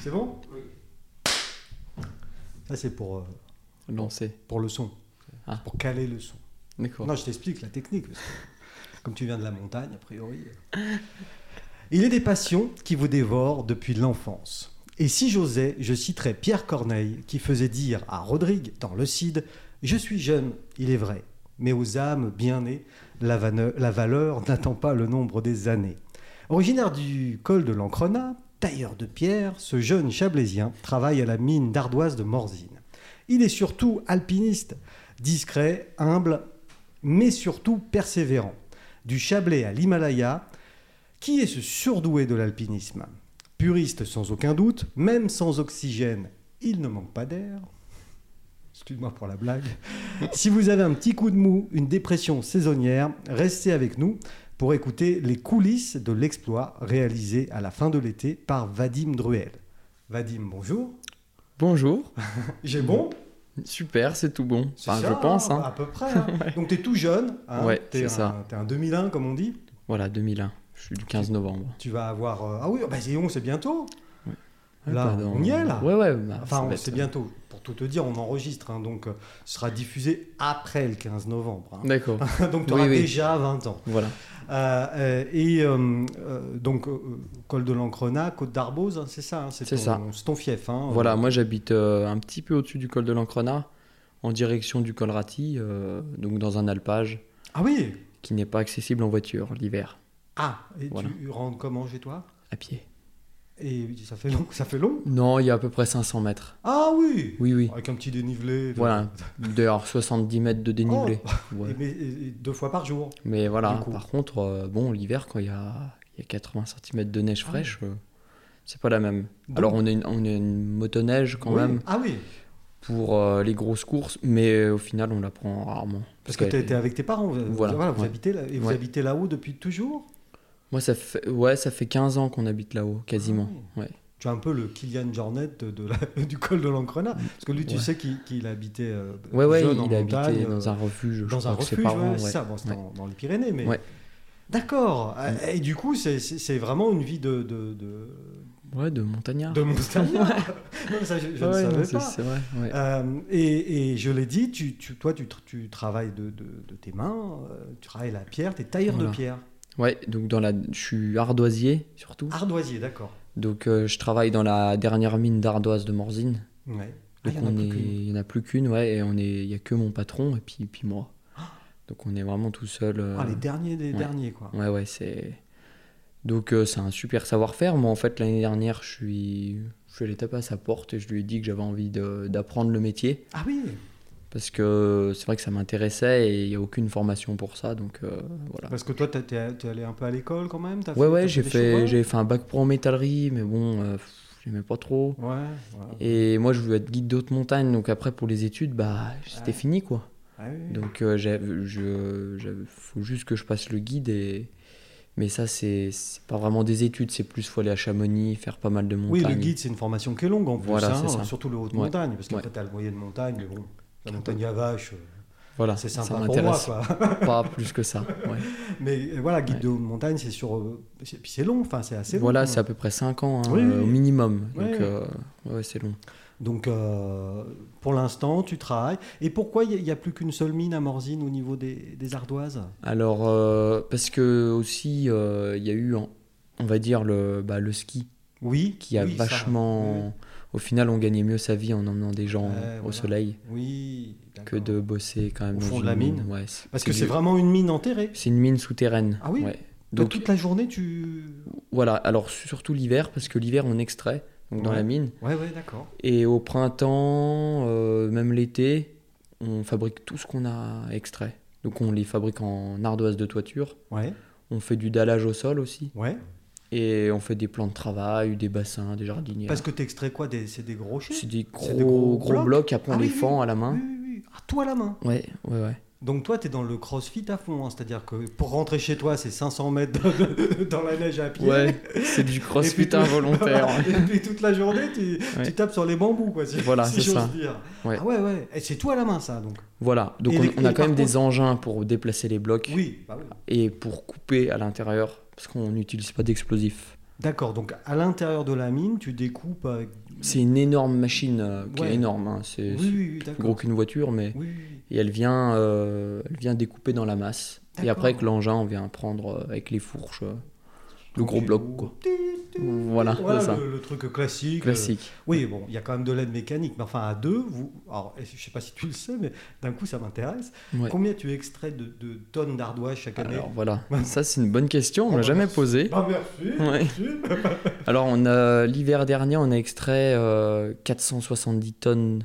C'est bon Ça, c'est pour, euh, Lancer. pour le son. Ah. Pour caler le son. D'accord. Non, je t'explique la technique. parce que, comme tu viens de la montagne, a priori. euh. Il est des passions qui vous dévorent depuis l'enfance. Et si j'osais, je citerais Pierre Corneille qui faisait dire à Rodrigue dans Le Cid Je suis jeune, il est vrai, mais aux âmes bien nées, la, vane- la valeur n'attend pas le nombre des années. Originaire du col de l'Ancrona, tailleur de pierre, ce jeune chablaisien travaille à la mine d'ardoise de Morzine. Il est surtout alpiniste, discret, humble, mais surtout persévérant. Du Chablais à l'Himalaya, qui est ce surdoué de l'alpinisme Puriste sans aucun doute, même sans oxygène, il ne manque pas d'air. Excuse-moi pour la blague. si vous avez un petit coup de mou, une dépression saisonnière, restez avec nous pour écouter les coulisses de l'exploit réalisé à la fin de l'été par Vadim Druel. Vadim, bonjour. Bonjour. J'ai bon Super, c'est tout bon. C'est Enfin, ça, je pense. hein, hein. À peu près. hein. Donc t'es tout jeune. Hein, Ouais, t'es c'est un- ça. T'es un 2001 comme on dit. Voilà, 2001. Je suis du 15 novembre. Tu vas avoir. euh, Ah oui, bah c'est on, c'est bientôt. Ouais, Là, bah, dans- on y est là. Ouais, ouais. bah, ça Enfin, on- va être- c'est bientôt. Pour tout te dire, on enregistre, hein, donc euh, ce sera diffusé après le 15 novembre. hein. D'accord. donc tu auras Oui, oui. déjà 20 ans. voilà. Euh, euh, et euh, euh, donc, euh, Col de l'Ancrona, Côte d'Arbose, hein, c'est ça. hein, C'est ton- ça. C'est ton fief. hein. Voilà, moi j'habite euh, un petit peu au-dessus du col de l'Ancrona, en direction du col Ratti, euh, donc dans un alpage Ah oui qui n'est pas accessible en voiture l'hiver, Ah, et Voilà. tu rentres comment chez toi à pied. Et ça fait long, ça fait long Non, il y a à peu près 500 mètres. Ah oui, Oui, oui. Avec un petit dénivelé. Voilà, d'ailleurs 70 mètres de dénivelé. Oh. Et- Ouais. mais- et- et deux fois par jour. Mais voilà, Du coup. par contre, euh, bon, l'hiver, quand il y a, il y a 80 cm de Ah neige fraîche, euh, c'est pas la même. Donc- Alors, on a une, on a une motoneige quand Oui. même Ah oui, pour euh, les grosses courses, mais euh, au final, on la prend rarement. parce que tu Ouais. étais avec tes parents. Vous, Voilà, voilà, vous ouais. habitez là, et vous Ouais. habitez là-haut depuis toujours Moi, ça fait, ouais, ça fait 15 ans qu'on habite là-haut, quasiment. ouais. Ah Tu es un peu le Kylian Jornet de, de la- du col de l'Ancrena. Parce que lui, tu Ouais. sais qu'il qu'il habitait euh, Ouais, ouais, jeune il en a montagne, habité euh, dans un refuge, je dans crois un que ses refuge, parents, ouais, c'est ouais. ça. Bon, c'était Ouais. en- dans les Pyrénées, mais. Ouais. Mm. D'accord. Euh, Et du coup, c'est- c'est c'est vraiment une vie de, de, de, Ouais, de montagnard. de montagnard. Non, mais ça, je, je Ah. Ouais, ne non, savais c'est- pas. C'est vrai, ouais. Euh, et, et je l'ai dit, tu, tu- toi, tu, tr- tu travailles de, de- de tes mains, euh, tu travailles la pierre, t'es tailleur Voilà. de pierre. Ouais, donc dans la, je suis ardoisier, surtout. Ardoisier, d'accord. Donc, euh, je travaille dans la dernière mine d'ardoise de Morzine. Ouais. Ah, Donc il y en a on plus est- qu'une. il n'y en a plus qu'une, ouais, et on est, il n'y a que mon patron et puis, puis moi. Donc on est vraiment tout seul. euh, Ah, les derniers des ouais. derniers, quoi. ouais, ouais, c'est. Donc euh, c'est un super savoir-faire. Moi, en fait, l'année dernière, je suis, je suis allé taper à sa porte et je lui ai dit que j'avais envie de- d'apprendre le métier Ah oui parce que c'est vrai que ça m'intéressait et il n'y a aucune formation pour ça, donc euh, voilà. Parce que toi, t'es- t'es t'es allé un peu à l'école quand même t'as Ouais, fait- ouais, t'as j'ai des fait, chemins j'ai fait un bac pro en métallerie, mais bon, euh, pff, j'aimais pas trop. Ouais, ouais. Et moi, je voulais être guide d'autres montagnes, donc après pour les études, bah c'était Ouais. fini quoi. Ah oui. Donc euh, j'ai- je, je- faut juste que je passe le guide et mais ça c'est c'est pas vraiment des études, c'est plus faut aller à Chamonix, faire pas mal de oui, montagnes. le guide, c'est une formation qui est longue en plus, Voilà, hein, c'est ça. surtout le haut de Ouais. montagne, parce qu'après, Ouais. t'as le moyen de montagne, mais bon, la montagne à vache, euh, Voilà, c'est Ah, ça sympa pour moi, m'intéresse quoi. pas plus que ça. ouais. Mais euh, voilà, guide Ouais. de haut de montagne, c'est sur. euh, c'est- Puis c'est long, enfin, c'est assez long. Voilà, hein. c'est à peu près 5 ans hein, Oui, euh, oui. au minimum. Ouais. Donc euh, ouais, c'est long. Donc, euh, pour l'instant, tu travailles. Et pourquoi il n'y a, plus qu'une seule mine à Morzine au niveau des, des ardoises Alors euh, parce que aussi euh, il y a eu en- on va dire le bah, le ski Oui. qui a oui, ça. vachement Oui, au final on gagnait mieux sa vie en emmenant des gens Ouais, au voilà. soleil Oui. d'accord. que de bosser quand même Au dans fond de une la mine. ouais, Parce que du- c'est vraiment une mine enterrée. C'est une mine souterraine. Ah oui ouais. Donc, Donc toute la journée, tu. voilà, alors surtout l'hiver, parce que l'hiver on extrait donc dans Ouais. la mine. Ouais, ouais, d'accord. Et au printemps, euh, même l'été, on fabrique tout ce qu'on a extrait. Donc on les fabrique en ardoise de toiture, Ouais, on fait du dallage au sol aussi, ouais. et on fait des plans de travail, des bassins, des jardiniers. Parce que tu extrais quoi des- C'est des gros C'est chiffres des gros, c'est des gros gros, blocs. blocs, après on Ah les oui, fend à la Oui, main. oui, oui. Ah, toi, la main. Ouais, ouais, ouais. Donc, toi, tu es dans le crossfit à fond. hein. C'est-à-dire que pour rentrer chez toi, c'est 500 mètres dans- dans la neige à pied. Ouais, c'est du Et crossfit puis- involontaire. Et puis toute la journée, tu, Ouais. tu tapes sur les bambous, quoi, si, Voilà, si c'est j'ose ça. dire. Ouais. Ah ouais, ouais. Et c'est toi à la main, ça, donc. Voilà, donc Et on, les- on a et quand par même des engins pour déplacer les blocs. Oui, bah oui. et pour couper à l'intérieur, parce qu'on n'utilise pas d'explosifs. D'accord, donc à l'intérieur de la mine, tu découpes avec... C'est une énorme machine euh, qui Ouais. est énorme. hein. C'est Oui, c'est oui, oui, plus gros d'accord. qu'une voiture, mais Oui, oui, oui. et elle vient, euh, elle vient découper dans la masse. Et D'accord. après, avec l'engin, on vient prendre euh, avec les fourches euh, le gros Tu- bloc, quoi. Ti, ti, Voilà, Voilà c'est ça. le, le truc classique. Classique. Euh, Oui, bon, il y a quand même de l'aide mécanique, mais enfin à deux, vous. Alors, je sais pas si tu le sais, mais d'un coup, ça m'intéresse. Ouais. Combien tu extrais de, de tonnes d'ardoise chaque année Alors voilà, Ouais. ça c'est une bonne question, on Oh, l'a bah, jamais merci. posée. Bah, merci. Ouais. monsieur. Alors on a l'hiver dernier, on a extrait euh, 470 tonnes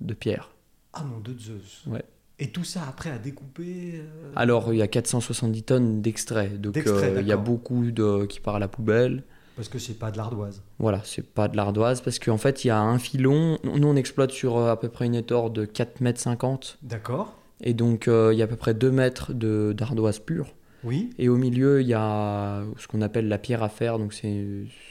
de pierre. ah non, de Zeus. Ouais. Et tout ça après à découper. euh, Alors il y a 470 tonnes d'extrait, donc euh, D'extrait, il y a d'accord. beaucoup de qui part à la poubelle. Parce que c'est pas de l'ardoise. Voilà, c'est pas de l'ardoise parce qu'en fait il y a un filon. Nous on exploite sur euh, à peu près une étore de 4 mètres 50 D'accord et donc euh, il y a à peu près 2 mètres de d'ardoise pure. Oui. Et au milieu il y a ce qu'on appelle la pierre à faire, donc c'est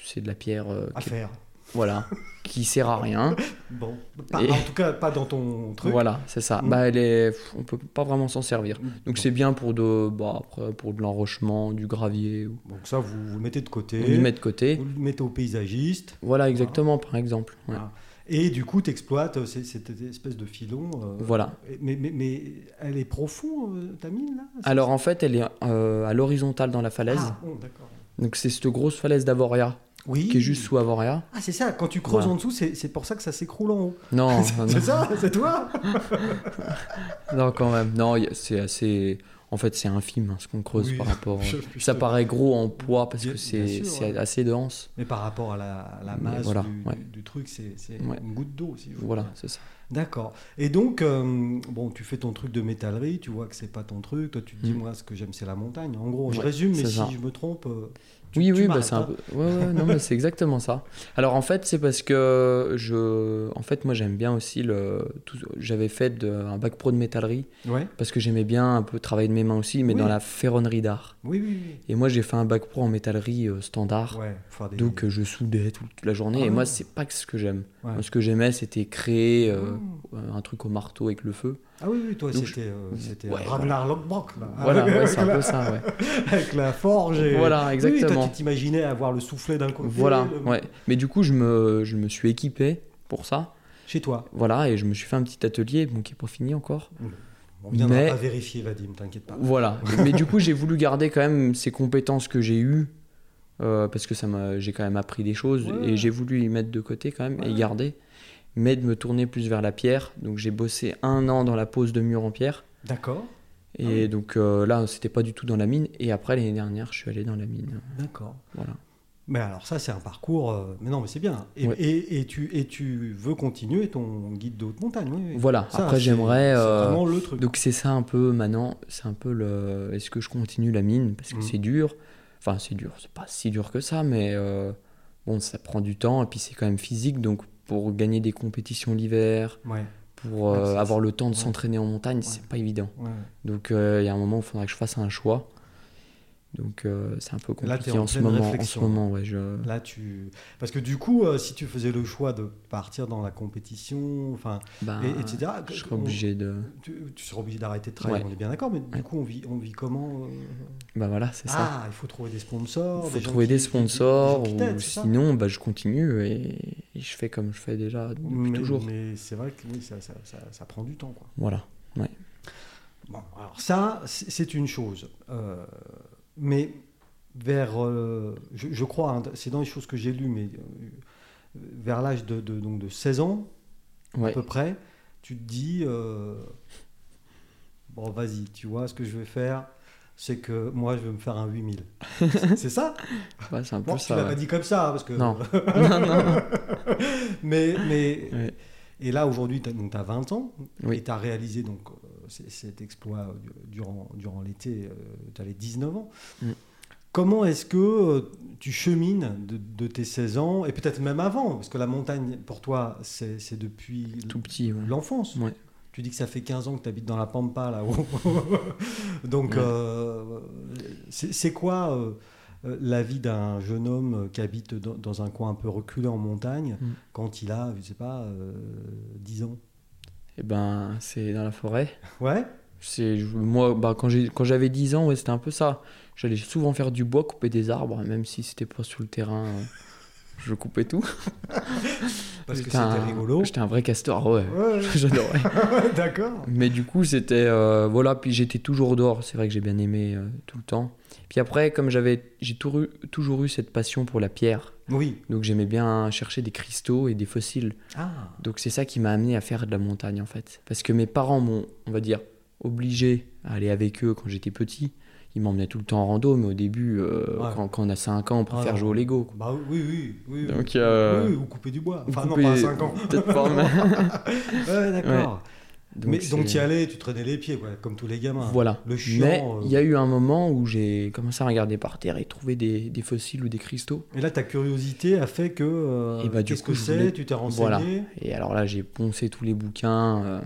c'est de la pierre euh, À qui, faire. voilà qui sert à rien. Bon. Pas- Et- En tout cas, pas dans ton truc. Voilà, c'est ça. Mm. Bah, elle est... pff, On peut pas vraiment s'en servir. Bon. Donc c'est bien pour de, bah, après, pour de l'enrochement, du gravier. ou- Donc ça, vous, vous le mettez de côté. On y met de côté. Vous le mettez au paysagiste. Voilà, exactement, par exemple. Ouais. Ah. Et du coup, tu exploites cette espèce de filon. euh, Voilà. Mais, mais, mais elle est profond, euh, ta mine, là Alors en fait, elle est euh, à l'horizontale dans la falaise. Ah, bon, d'accord. Donc c'est cette grosse falaise d'Avoria, Oui. qui est juste sous Avoria. Ah, c'est ça, quand tu creuses Voilà. en dessous, c'est c'est pour ça que ça s'écroule en haut. Non, euh, c'est non, c'est ça, c'est toi non, non, quand même. Non, y a- c'est assez... En fait, c'est infime hein, ce qu'on creuse Oui, par rapport... je- euh, je Ça te- paraît gros en poids parce Bien- que bien c'est sûr, c'est ouais. assez dense. Mais par rapport à la, à la Mais masse voilà, du, ouais. du- du truc, c'est c'est Ouais. une goutte d'eau, si je veux Voilà, dire. c'est ça. D'accord. Et donc, euh, bon, tu fais ton truc de métallerie, tu vois que c'est pas ton truc. Toi, tu te dis, Mm. moi, ce que j'aime, c'est la montagne. En gros, je Ouais, résume, mais c'est si ça. je me trompe. euh, tu- Oui, tu oui, bah, m'arrêtes, c'est un hein. peu. Ouais, ouais, non, mais c'est exactement ça. Alors en fait, c'est parce que je. En fait, moi j'aime bien aussi le. tout- J'avais fait de- un bac pro de métallerie Ouais. parce que j'aimais bien un peu travailler de mes mains aussi, mais Oui. dans la ferronnerie d'art. Oui, oui, Et moi j'ai fait un bac pro en métallerie euh, oui. standard. Ouais, faut faire des- Donc euh, je soudais tout- toute la journée Ah et ouais. moi c'est pas que ce que j'aime. Ouais. Moi, Ce que j'aimais c'était créer euh, Mm. un truc au marteau avec le feu. Ah oui, oui, toi, Donc, c'était euh, c'était Ouais, Ragnar Lockbrock, là. Voilà, avec, ouais, c'est un peu ça. Ouais. avec la forge. Et... Voilà, Oui, Oui, toi, exactement. tu t'imaginais avoir le soufflet d'un côté. Voilà, le- ouais. Mais du coup je me, je me suis équipé pour ça. Chez toi. Voilà, et je me suis fait un petit atelier, bon, qui est pas fini encore. On viendra Mais- pas vérifier, Vadim, t'inquiète pas. Voilà, mais du coup, j'ai voulu garder quand même ces compétences que j'ai eues, euh, parce que ça m'a, j'ai quand même appris des choses, Ouais. et j'ai voulu y mettre de côté quand même, Ouais. et garder, mais de me tourner plus vers la pierre. Donc, j'ai bossé un an dans la pose de mur en pierre, D'accord, et Ah oui. donc euh, là, c'était pas du tout dans la mine, et après, l'année dernière, je suis allé dans la mine. d'accord. Voilà. Mais alors ça, c'est un parcours... euh, Mais non, mais c'est bien. Et, Ouais. et, et tu, et tu veux continuer ton guide de haute montagne. oui, oui. Voilà, Ça, après, c'est- j'aimerais. C'est euh, vraiment le truc. Donc c'est ça un peu maintenant, c'est un peu le est-ce que je continue la mine parce que Mhm. c'est dur. Enfin c'est dur, c'est pas si dur que ça mais euh, bon ça prend du temps et puis c'est quand même physique donc pour gagner des compétitions l'hiver, Ouais, pour Ouais, euh, c'est- avoir le temps de ouais. s'entraîner en montagne, c'est pas évident. ouais. Donc euh, il y a un moment où il faudra que je fasse un choix. Donc euh, c'est un peu Là, compliqué t'es en en, ce pleine moment, en ce réflexion. moment ouais, je Là, tu... Parce que du coup, euh, si tu faisais le choix de partir dans la compétition, enfin, bah, et- etc., je serai obligé de Tu, tu seras obligé d'arrêter de travailler, Ouais. on est bien d'accord, mais du Ouais. coup, on vit, on vit comment euh, bah voilà, c'est ça. Ah, il faut trouver des sponsors. Il faut gens trouver qui- des qui- gens sponsors, qui ou t'aident, c'est ça sinon bah, je continue et, et je fais comme je fais déjà depuis mais, toujours. Mais c'est vrai que oui, ça, ça- ça- ça prend du temps. Quoi. Voilà. Bon, alors ça, c'est c'est une chose. euh, mais vers. euh, je, je crois, hein, c'est dans les choses que j'ai lues, mais euh, vers l'âge de, de- donc de 16 ans, à Ouais. peu près, tu te dis euh, Bon, vas-y, tu vois, ce que je vais faire, c'est que moi, je vais me faire un 8000. c'est ça Ouais, c'est un peu Bon, tu ça. l'as ouais. pas dit comme ça, hein, parce que. Non. non, non, non. mais, mais Ouais. et là aujourd'hui, tu as 20 ans Oui. et tu as réalisé donc euh, c- cet exploit euh, du- durant, durant l'été, euh, tu avais 19 ans. Mm. Comment est-ce que euh, tu chemines de, de tes 16 ans et peut-être même avant, parce que la montagne pour toi c'est c'est depuis Tout petit. ouais. l'enfance. Ouais. Tu dis que ça fait 15 ans que tu habites dans la Pampa là-haut. Donc, Ouais. euh, c'est c'est quoi euh, euh, la vie d'un jeune homme qui habite dans, dans un coin un peu reculé en montagne Mm. quand il a, je sais pas, euh, 10 ans Et ben, Eh c'est dans la forêt. Ouais C'est je- moi bah, quand j'ai quand j'avais 10 ans, ouais, c'était un peu ça. J'allais souvent faire du bois, couper des arbres même si c'était pas sur le terrain. euh, Je coupais tout. Parce que J'étais un- c'était rigolo. J'étais un vrai castor, ouais. Ouais, J'adorais. ouais, D'accord. Mais du coup, c'était. euh, voilà, puis j'étais toujours dehors. C'est vrai que j'ai bien aimé euh, tout le temps. Puis après, comme j'avais. J'ai toujours eu- toujours eu cette passion pour la pierre. Oui. Donc j'aimais bien chercher des cristaux et des fossiles. Ah. Donc c'est ça qui m'a amené à faire de la montagne en fait. Parce que mes parents m'ont, on va dire, obligé à aller avec eux quand j'étais petit. Ils m'emmenaient tout le temps en rando, mais au début, euh, Ouais. quand, quand on a 5 ans, on préfère Ah, jouer au Lego. quoi. Bah oui, oui, oui. oui. Donc, euh, Oui, oui, ou couper du bois. Vous Enfin, coupez- non, pas à 5 ans. Peut-être pas, mais- Ouais, d'accord. Mais c'est- donc, tu y allais, tu traînais les pieds, quoi, comme tous les gamins. Voilà. Le chiant. mais euh, il y a eu un moment où j'ai commencé à regarder par terre et trouver des, des fossiles ou des cristaux. Et là, ta curiosité a fait que. euh, Et bah, du Qu'est-ce coup, que je c'est voulais- Tu t'es renseigné Voilà. Et alors là, j'ai poncé tous les bouquins. euh,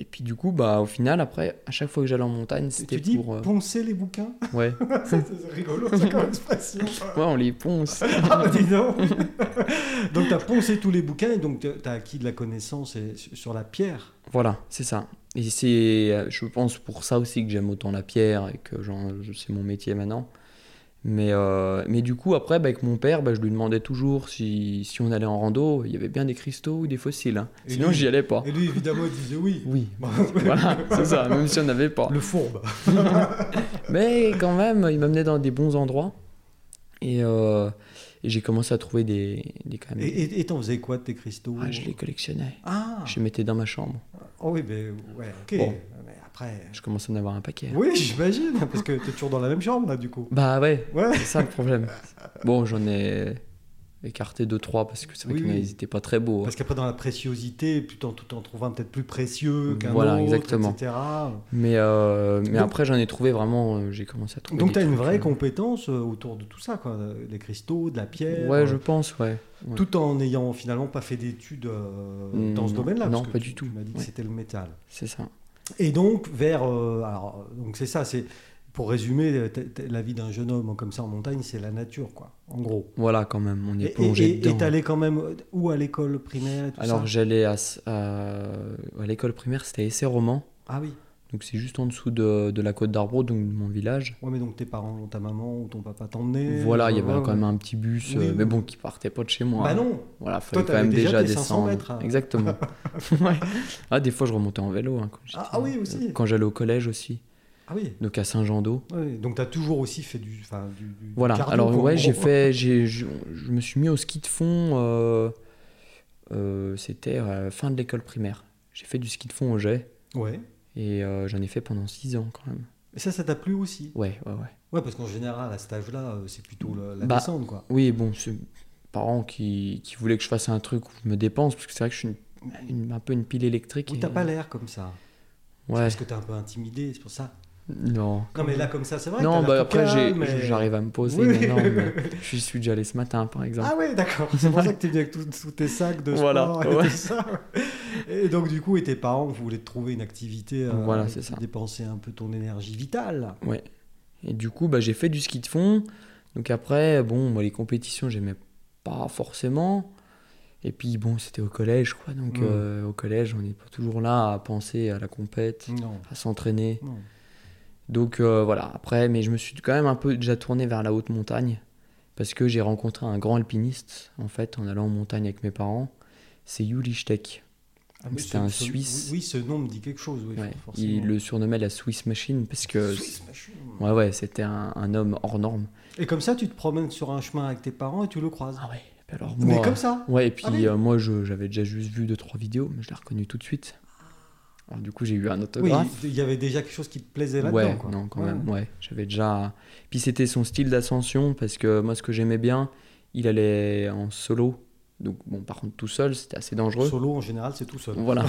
Et puis du coup, bah, au final, après, à chaque fois que j'allais en montagne, Et c'était Tu dis pour... euh, poncer les bouquins Ouais. Ça, C'est c'est rigolo, ça, comme expression. ouais, on les ponce. ah, bah, dis donc Donc, tu as poncé tous les bouquins et donc tu as acquis de la connaissance et- sur la pierre. Voilà, c'est ça. Et c'est, euh, je pense, pour ça aussi que j'aime autant la pierre et que genre, je- c'est mon métier maintenant. Mais, euh, mais du coup, après, bah, avec mon père, bah, je lui demandais toujours si, si on allait en rando, il y avait bien des cristaux ou des fossiles. hein. Et Sinon, lui- j'y allais pas. Et lui, évidemment, il disait oui. Oui, Bah, voilà, c'est ça, même si on n'avait pas. Le fourbe. Mais quand même, il m'amenait dans des bons endroits. Et, euh, et j'ai commencé à trouver des. des, quand même, Et- des- Et et t'en faisais quoi de tes cristaux Ah, je les collectionnais. Ah Je les mettais dans ma chambre. Oh oui, mais ouais, ok. Bon. Mais après. Je commençais à en avoir un paquet. Oui, j'imagine, parce que t'es toujours dans la même chambre, là, du coup. Bah ouais, Ouais. C'est ça le problème. Bon, j'en ai écarté deux trois parce que c'est vrai Oui, qu'ils oui. n'étaient pas très beaux. hein. Parce qu'après, dans la préciosité, tu t'en, tu en trouves un peut-être plus précieux qu'un Voilà, autre, exactement. etc. Mais, euh, mais Donc- après, j'en ai trouvé vraiment. euh, J'ai commencé à trouver. Donc, des tu as une trucs, vraie euh, compétence euh, autour de tout ça, quoi. euh, Des cristaux, de la pierre. Ouais, euh, je pense, ouais. ouais. Tout en n'ayant finalement pas fait d'études euh, Mm, dans ce non. domaine-là. Non, parce que pas tu- du tout. Tu m'as dit que Ouais. c'était le métal. C'est ça. Et donc, vers. euh, alors, donc, c'est ça, c'est. Pour résumer, euh, t'es- t'es- la vie d'un jeune homme comme ça en montagne, c'est la nature, quoi, en gros. Voilà, quand même, on Et- est Et plongé et- et dedans. t'es allé quand même euh, où à l'école primaire et tout Alors, ça j'allais à, s- à, à l'école primaire, c'était essai roman. Ah oui. Donc, c'est juste en dessous de, de la côte d'Arbreau, donc de mon village. Ouais, mais donc tes parents, ta maman ou ton papa t'emmenaient voilà, il y euh, avait ouais, quand même un petit bus, Oui, euh, oui. mais bon, qui partait pas de chez moi. Bah non, Voilà, fallait quand t'avais même déjà déjà tes 500 descendre. mètres, hein. Exactement. Ouais. Ah, des fois, je remontais en vélo. hein, quand j'étais- Ah, ah oui, aussi. Quand j'allais au collège aussi, Ah oui. donc à Saint-Jean-d'Eau. Ouais, donc tu as toujours aussi fait du, enfin, du, du Voilà, cardio, alors quoi, en ouais, j'ai gros. fait. j'ai- Je je me suis mis au ski de fond. euh, euh, C'était euh, fin de l'école primaire. J'ai fait du ski de fond au jet. Ouais. Et euh, j'en ai fait pendant 6 ans quand même. Et ça, ça t'a plu aussi Ouais, ouais, ouais. Ouais, parce qu'en général, à cet âge-là, euh, c'est plutôt la, la Bah. descente, quoi. Oui, bon, c'est mes parents qui, qui voulaient que je fasse un truc où je me dépense, parce que c'est vrai que je suis une- une- un peu une pile électrique. Oui, et- t'as pas l'air comme ça. Ouais, Parce que t'es un peu intimidé, c'est pour ça. non. Non, mais là, comme ça, c'est vrai. non, que t'as bah l'air tout après, j'ai- calme, mais- j'arrive à me poser Oui. maintenant. mais je suis déjà allé ce matin, par exemple. Ah ouais, d'accord. C'est pour ça que t'es venu avec tous tous tes sacs de Voilà, sport et ouais. tout ça. Et donc, du coup, et tes parents voulaient te trouver une activité euh, Voilà, qui c'est ça. dépensait un peu ton énergie vitale. Ah. Et du coup, bah, j'ai fait du ski de fond. Donc après, bon, moi, les compétitions, j'aimais pas forcément. Et puis, bon, c'était au collège, quoi. Donc Mm. euh, au collège, on n'est pas toujours là à penser à la compète, Non. à s'entraîner. non. Donc euh, voilà, après, mais je me suis quand même un peu déjà tourné vers la haute montagne. Parce que j'ai rencontré un grand alpiniste, en fait, en allant en montagne avec mes parents. C'est Yuli Steck. Ah, mais C'était ce- un ce- Suisse. Oui, ce nom me dit quelque chose, oui, Ouais. forcément. Il le euh, surnommait la Swiss Machine parce que. Suisse, machin. Ouais, ouais, c'était un, un homme hors norme. Et comme ça, tu te promènes sur un chemin avec tes parents et tu le croises. Ah ouais, puis alors moi. Mais comme ça Ouais, et puis Ah oui. euh, moi, je- j'avais déjà juste vu deux trois vidéos, mais je l'ai reconnu tout de suite. Alors du coup, j'ai eu un Ah. Oui, autographe. il y avait déjà quelque chose qui te plaisait là-dedans. ouais, quoi. non, quand Ouais. même, ouais. J'avais déjà. Puis c'était son style d'ascension parce que moi, ce que j'aimais bien, il allait en solo. Donc bon, par contre, tout seul, c'était assez dangereux. Solo, en général, c'est tout seul. Voilà.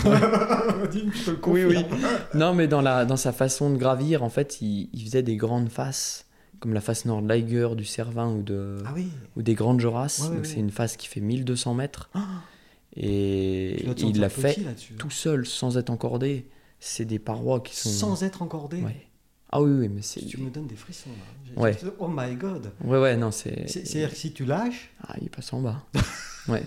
Dis-moi, je te le Oui, oui. confirme. non, mais dans la dans sa façon de gravir, en fait, il, il faisait des grandes faces, comme la face nord Liger du Cervin ou de Ah oui. ou des grandes jorasses. Ouais, ouais, donc ouais. c'est une face qui fait 1200 mètres. Ah. Et Tu dois te il sentir l'a fait petit là-dessus. tout seul, sans être encordé. C'est des parois qui sont. Sans être encordé. Ouais. Ah oui, oui, mais c'est. Tu me donnes des frissons là. J'ai- Ouais. j'ai- Oh my god. Ouais, ouais, non, c'est. C'est- C'est-à-dire que si tu lâches, Ah, il passe en bas. ouais.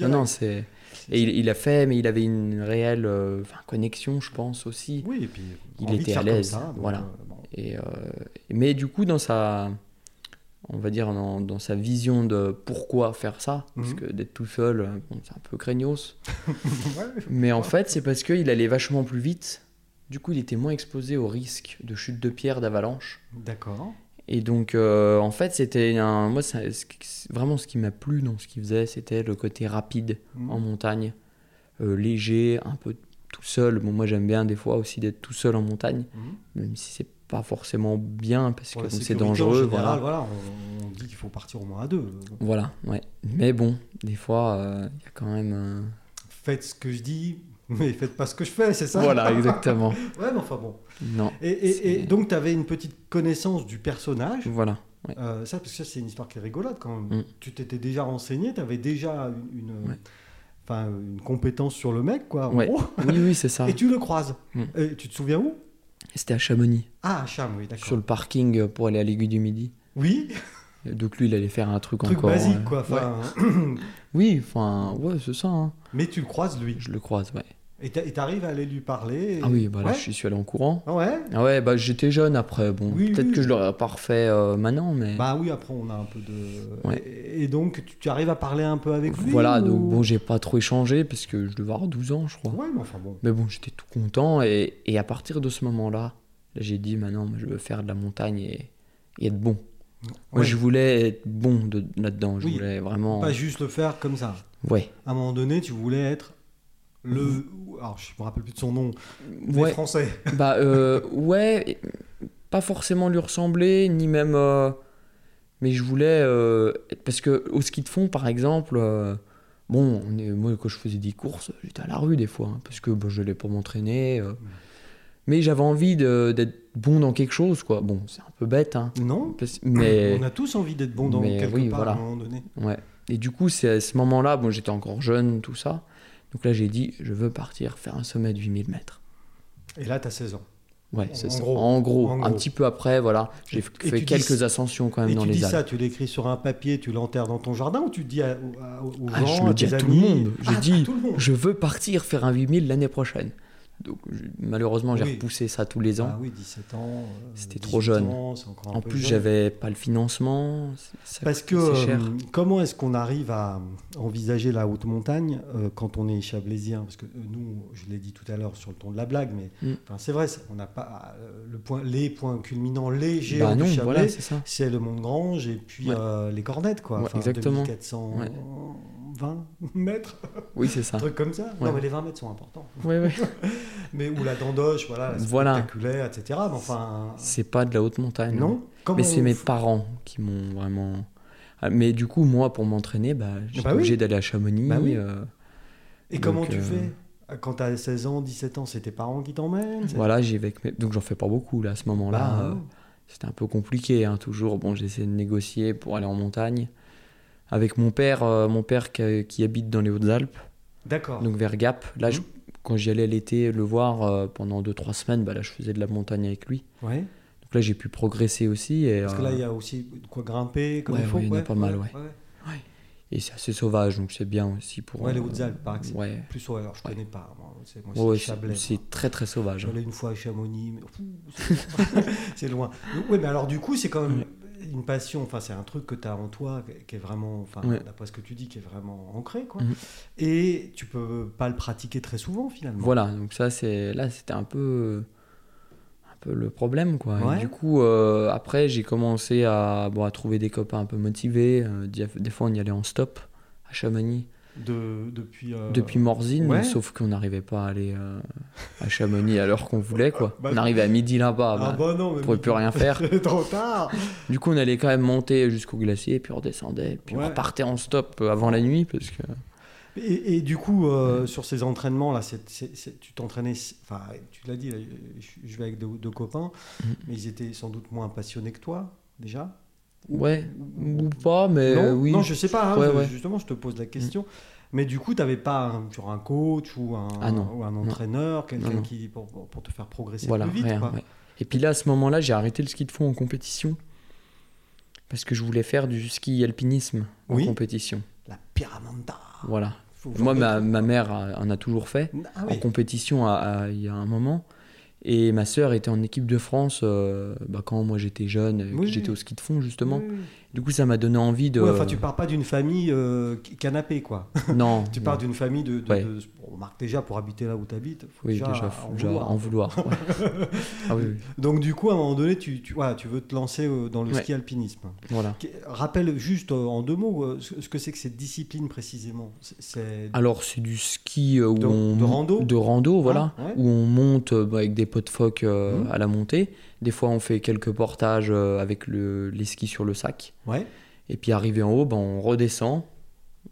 Non, non, c'est. Et il, il a fait, mais il avait une réelle euh, enfin, connexion, je pense aussi. Oui, et puis Il envie de était à faire comme l'aise, ça, donc, voilà. euh, bon. Et, euh, mais du coup, dans sa, on va dire dans, dans sa vision de pourquoi faire ça, parce Mhm. que d'être tout seul, euh, bon, c'est un peu craignos. Ouais. Mais en fait, c'est parce qu'il allait vachement plus vite. Du coup, il était moins exposé au risque de chute de pierre, d'avalanche. D'accord. Et donc, euh, en fait, c'était un, moi, ça- ce qui- vraiment ce qui m'a plu dans ce qu'il faisait, c'était le côté rapide Mm. en montagne, euh, léger, un peu tout seul. Bon, moi, j'aime bien des fois aussi d'être tout seul en montagne Mhm. même si c'est pas forcément bien parce Pour que la bon, c'est sécurité, en dangereux. général, Voilà. voilà. on, on dit qu'il faut partir au moins à deux. voilà, ouais. Mais bon, des fois, il y a quand même. un- Faites ce que je dis, mais faites pas ce que je fais, c'est ça Voilà, exactement. Ouais, mais enfin bon. Non, Et, et- et C'est- donc, tu avais une petite connaissance du personnage. voilà. ouais. Euh, ça, parce que ça, c'est une histoire qui est rigolote quand même. Mm. Tu t'étais déjà renseigné, tu avais déjà une, une- Ouais. enfin, une compétence sur le mec, quoi. en Ouais. gros. Oui, oui, c'est ça. Et tu le croises. Mm. Et tu te souviens où C'était à Chamonix, Ah, à Cham, oui, d'accord. sur le parking euh, pour aller à l'aiguille du Midi. Oui, Et Donc lui, il allait faire un truc, truc encore. basique, euh, quoi. ouais. Enfin, hein. Oui, enfin, ouais, c'est ça. hein. Mais tu le croises, lui. Je le croise, ouais. Et t'a- et t'arrives à aller lui parler. et- Ah oui, bah là, ouais. je suis allé en courant. Ah ouais Ah ouais, bah j'étais jeune après. Bon, Oui, peut-être oui. que je l'aurais pas refait euh, maintenant, mais. Bah oui, après on a un peu de. Ouais. Et, et donc tu, tu arrives à parler un peu avec lui voilà, ou- donc bon, j'ai pas trop échangé parce que je devais avoir 12 ans, je crois. Ouais, mais enfin bon. Mais bon, j'étais tout content et, et à partir de ce moment-là, là, j'ai dit maintenant, moi, je veux faire de la montagne et, et être bon. Moi, Ouais. je voulais être bon de- là-dedans. Je Oui. Bah, voulais vraiment. Pas juste le faire comme ça. Ouais. À un moment donné, tu voulais être le. Alors je me rappelle plus de son nom, mais Ouais. français. bah, euh, ouais. et- Pas forcément lui ressembler, ni même. euh, mais je voulais. euh, être- parce que au ski de fond, par exemple. euh, Bon, on est- moi quand je faisais des courses, j'étais à la rue des fois, hein, parce que bah, je n'allais pas m'entraîner. euh. Mais j'avais envie de- d'être bon dans quelque chose, quoi. Bon, c'est un peu bête, hein, Non Parce- Mais On a tous envie d'être bon dans mais quelque oui, part à voilà. un moment donné. ouais. Et du coup, c'est à ce moment-là, bon, j'étais encore jeune, tout ça. Donc là, j'ai dit, je veux partir faire un sommet de 8000 mètres. Et là, t'as 16 ans. Ouais, En c'est ça. gros. en gros, En un gros. petit peu après, voilà, j'ai Et fait tu quelques dis- ascensions quand même Et dans tu les dis Alpes. ça, tu l'écris sur un papier, tu l'enterres dans ton jardin ou tu dis à- au- à- aux Ah, je gens, le à dis tes à tout amis le monde. Je Ah, dis, tout le monde. je veux partir faire un 8000 l'année prochaine. Donc je- malheureusement, j'ai Oui. repoussé ça tous les ans. Ah oui, 17 ans. euh, C'était trop 18 jeune. ans, c'est encore un en peu plus, jeune. j'avais pas le financement. ça Parce que coûtait- c'est cher. euh, comment est-ce qu'on arrive à envisager la haute montagne euh, quand on est chablaisien Parce que euh, nous, je l'ai dit tout à l'heure sur le ton de la blague, mais Mm. enfin, c'est vrai, c'est- on n'a pas euh, le point, les points culminants, les géants Bah non, du Chablais, voilà, c'est ça. c'est le Mont de Grange et puis Ouais. euh, les Cornettes, quoi. Ouais, Enfin, exactement. 2420 mètres, Oui, c'est ça. un truc comme ça. Non, Ouais. mais les 20 mètres sont importants. Ouais, ouais. Mais ou la Dandoche, voilà, la Voilà. spectaculaire, etc. Mais enfin, C'est pas de la haute montagne. non. Comment Mais c'est on mes fait parents qui m'ont vraiment. Ah, Mais du coup, moi, pour m'entraîner, bah, j'étais Bah oui. obligé d'aller à Chamonix. Bah oui. euh, Et comment Donc, tu euh, fais Ah, Quand t'as 16 ans, 17 ans, c'est tes parents qui t'emmènent c'est- voilà, j'y vais avec mes- Donc, j'en fais pas beaucoup, là, à ce Bah, moment-là. euh, non. C'était un peu compliqué, hein, toujours. Bon, j'essaie de négocier pour aller en montagne. Avec mon père, euh, mon père qui, qui habite dans les Hautes-Alpes, D'accord. donc vers Gap. Là, je- Mhm. quand j'y allais l'été le voir euh, pendant 2-3 semaines, bah, là, je faisais de la montagne avec lui. Ouais. Donc là, j'ai pu progresser aussi. Et, Parce que là, euh, il y a aussi de quoi grimper, comme ouais, il faut. ouais, il y en a pas mal, ouais. Ouais, euh, et c'est assez sauvage, donc c'est bien aussi pour. Ouais, les euh, Hautes-Alpes, par exemple. Ouais. Plus, ouais, alors je Ouais. connais pas. Moi, c'est moi, c'est Ouais, Chablais. c'est- c'est très très sauvage. hein. J'allais une fois à Chamonix, mais Ouh, c'est loin. c'est loin. Oui, mais alors du coup, c'est quand même une passion, enfin c'est un truc que tu as en toi qui est vraiment, enfin Ouais. d'après ce que tu dis, qui est vraiment ancré. quoi. Mhm. Et tu peux pas le pratiquer très souvent finalement. Voilà, donc ça c'est là c'était un peu un peu le problème quoi. Et Ouais. du coup euh, après j'ai commencé à bon, à trouver des copains un peu motivés, euh, dia- des fois on y allait en stop à Chamonix De, depuis, euh, depuis Morzine, ouais. sauf qu'on n'arrivait pas à aller euh, à Chamonix à l'heure qu'on voulait quoi. Bah, on arrivait à midi Ah là-bas, bah, bah non, mais on pouvait plus rien faire. Trop tard. Du coup on allait quand même monter jusqu'au glacier puis on redescendait puis Ouais. on repartait en stop euh, avant la nuit parce que Et, et du coup, euh, sur ces entraînements là, c'est- c'est- c'est- tu t'entraînais, enfin tu l'as dit, là, je, je vais avec deux, deux copains, Mhm. mais ils étaient sans doute moins passionnés que toi déjà. ouais ou pas mais non, euh, oui non, je sais pas. hein, Ouais, je- ouais. Mm. Justement, je te pose la question. Mais du coup, tu n'avais pas un, sur un coach ou un, Ah non, ou un entraîneur, Non, quelqu'un non. qui pour, pour- pour te faire progresser Voilà, plus vite. rien, quoi. ouais. Et puis là, à ce moment-là, j'ai arrêté le ski de fond en compétition parce que je voulais faire du ski alpinisme en Oui. Ah. compétition. La pyramanda. Voilà. Faut- faut Moi, ma, mettre- ma mère euh, en a toujours fait, Ah en oui. compétition à- à- il y a un moment. Et ma sœur était en équipe de France euh, bah, quand moi j'étais jeune, euh, Oui, j'étais oui. au ski de fond justement. Oui, oui. Du coup, ça m'a donné envie de. Ouais, enfin, tu pars pas d'une famille euh, qui- canapé, quoi. Non. tu non. pars d'une famille de, de- Ouais. de- On marque déjà pour habiter là où tu habites. Faut Oui, déjà, déjà, en faut déjà vouloir. en vouloir. ouais. ah oui, oui, Donc, du coup, à un moment donné, tu, tu, voilà, tu veux te lancer euh, dans le Ouais. ski alpinisme. voilà. Qu- Rappelle juste euh, en deux mots euh, ce ce que c'est que cette discipline précisément. C'est- C'est Alors, c'est du ski euh, où De- on. de rando De rando, voilà. Ah, ouais. Où on monte euh, bah, avec des pots de phoque euh, Mhm. à la montée. Des fois, on fait quelques portages euh, avec le- les skis sur le sac. ouais. Et puis, arrivé en haut, bah, on redescend.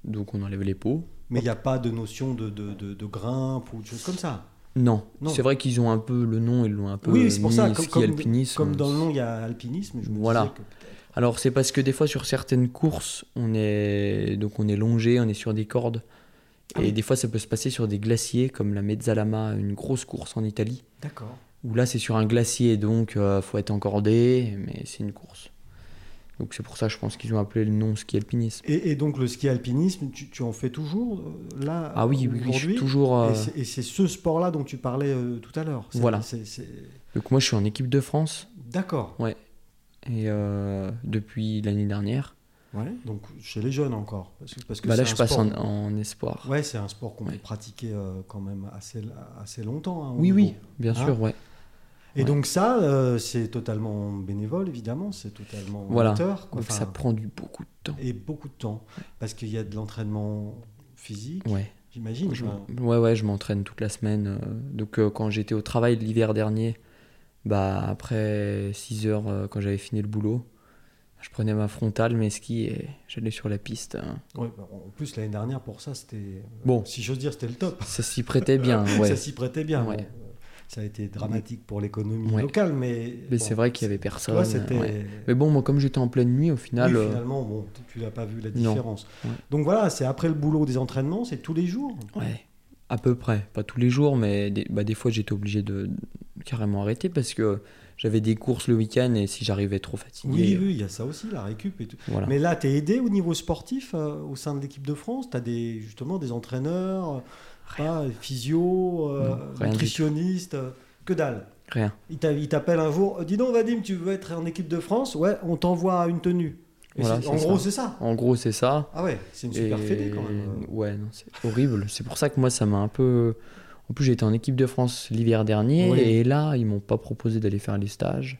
Donc, on enlève les pots. Mais il n'y a pas de notion de, de, de, de grimpe ou de choses comme ça. Non. Non. C'est vrai qu'ils ont un peu le nom, ils l'ont un peu. Oui, c'est pour ça, mis comme- Euh, ski comme- alpinisme. Comme dans le nom, il y a alpinisme. Je me Voilà. disais que peut-être- Alors c'est parce que des fois sur certaines courses, on est donc on est longé, on est sur des cordes. Ah et oui. des fois ça peut se passer sur des glaciers comme la Mezzalama, une grosse course en Italie. D'accord. Où là c'est sur un glacier donc euh, faut être encordé, mais c'est une course. Donc c'est pour ça je pense qu'ils ont appelé le nom ski alpinisme. Et, et donc le ski alpinisme, tu, tu en fais toujours euh, là Ah oui, oui, oui, je suis aujourd'hui toujours. euh, Et c'est- Et c'est ce sport-là dont tu parlais euh, tout à l'heure. C'est- Voilà. c'est- c'est- Donc moi je suis en équipe de France D'accord. et euh, depuis l'année dernière. Ouais. Donc chez les jeunes encore. Parce que, parce que Bah là c'est je un passe sport- en, en espoir. Ouais, c'est un sport qu'on Ouais. peut pratiquer euh, quand même assez, assez longtemps. hein, au Oui niveau. oui, bien Hein sûr ouais. Et Ouais. donc ça, euh, c'est totalement bénévole, évidemment, c'est totalement Voilà. amateur, quoi. Donc ça Enfin, prend du beaucoup de temps. Et beaucoup de temps, parce qu'il y a de l'entraînement physique, Ouais. j'imagine. Je enfin, m- ouais, ouais, je m'entraîne toute la semaine. euh, Donc, euh, quand j'étais au travail de l'hiver dernier, bah, après 6 heures, euh, quand j'avais fini le boulot, je prenais ma frontale, mes skis et j'allais sur la piste. hein. ouais, bah, en plus, l'année dernière, pour ça, c'était... Bon, Si j'ose dire, c'était le top. ça s'y prêtait Euh, bien, ouais. Ça s'y prêtait bien. Ouais. Bon, euh, Ça a été dramatique pour l'économie Ouais. locale, mais... Mais bon, c'est vrai qu'il y avait personne. Toi, c'était... ouais. Mais bon, moi, comme j'étais en pleine nuit, au final, Oui, euh, finalement, bon, t- tu n'as pas vu la Non. différence. Ouais. Donc voilà, c'est après le boulot des entraînements, c'est tous les jours. ouais, à peu près. Pas tous les jours, mais des, bah, des fois, j'étais obligé de carrément arrêter parce que j'avais des courses le week-end et si j'arrivais trop Oui, fatigué, oui, il y a ça aussi, la récup et tout. voilà. Mais là, tu es aidé au niveau sportif euh, au sein de l'équipe de France Tu as des, justement des entraîneurs, euh, pas, euh, physio, euh, Non, rien du tout. nutritionniste, euh, que dalle. Rien. Il t'a- il t'appelle un jour, euh, dis donc Vadim, tu veux être en équipe de France Ouais, on t'envoie une tenue. Et Voilà, c'est- en c'est gros, ça. c'est ça. En gros, c'est ça. Ah ouais, c'est une super Et- fédé quand même. Ouais, non, c'est horrible. C'est pour ça que moi, ça m'a un peu. En plus, j'étais en équipe de France l'hiver dernier Oui. et là, ils m'ont pas proposé d'aller faire les stages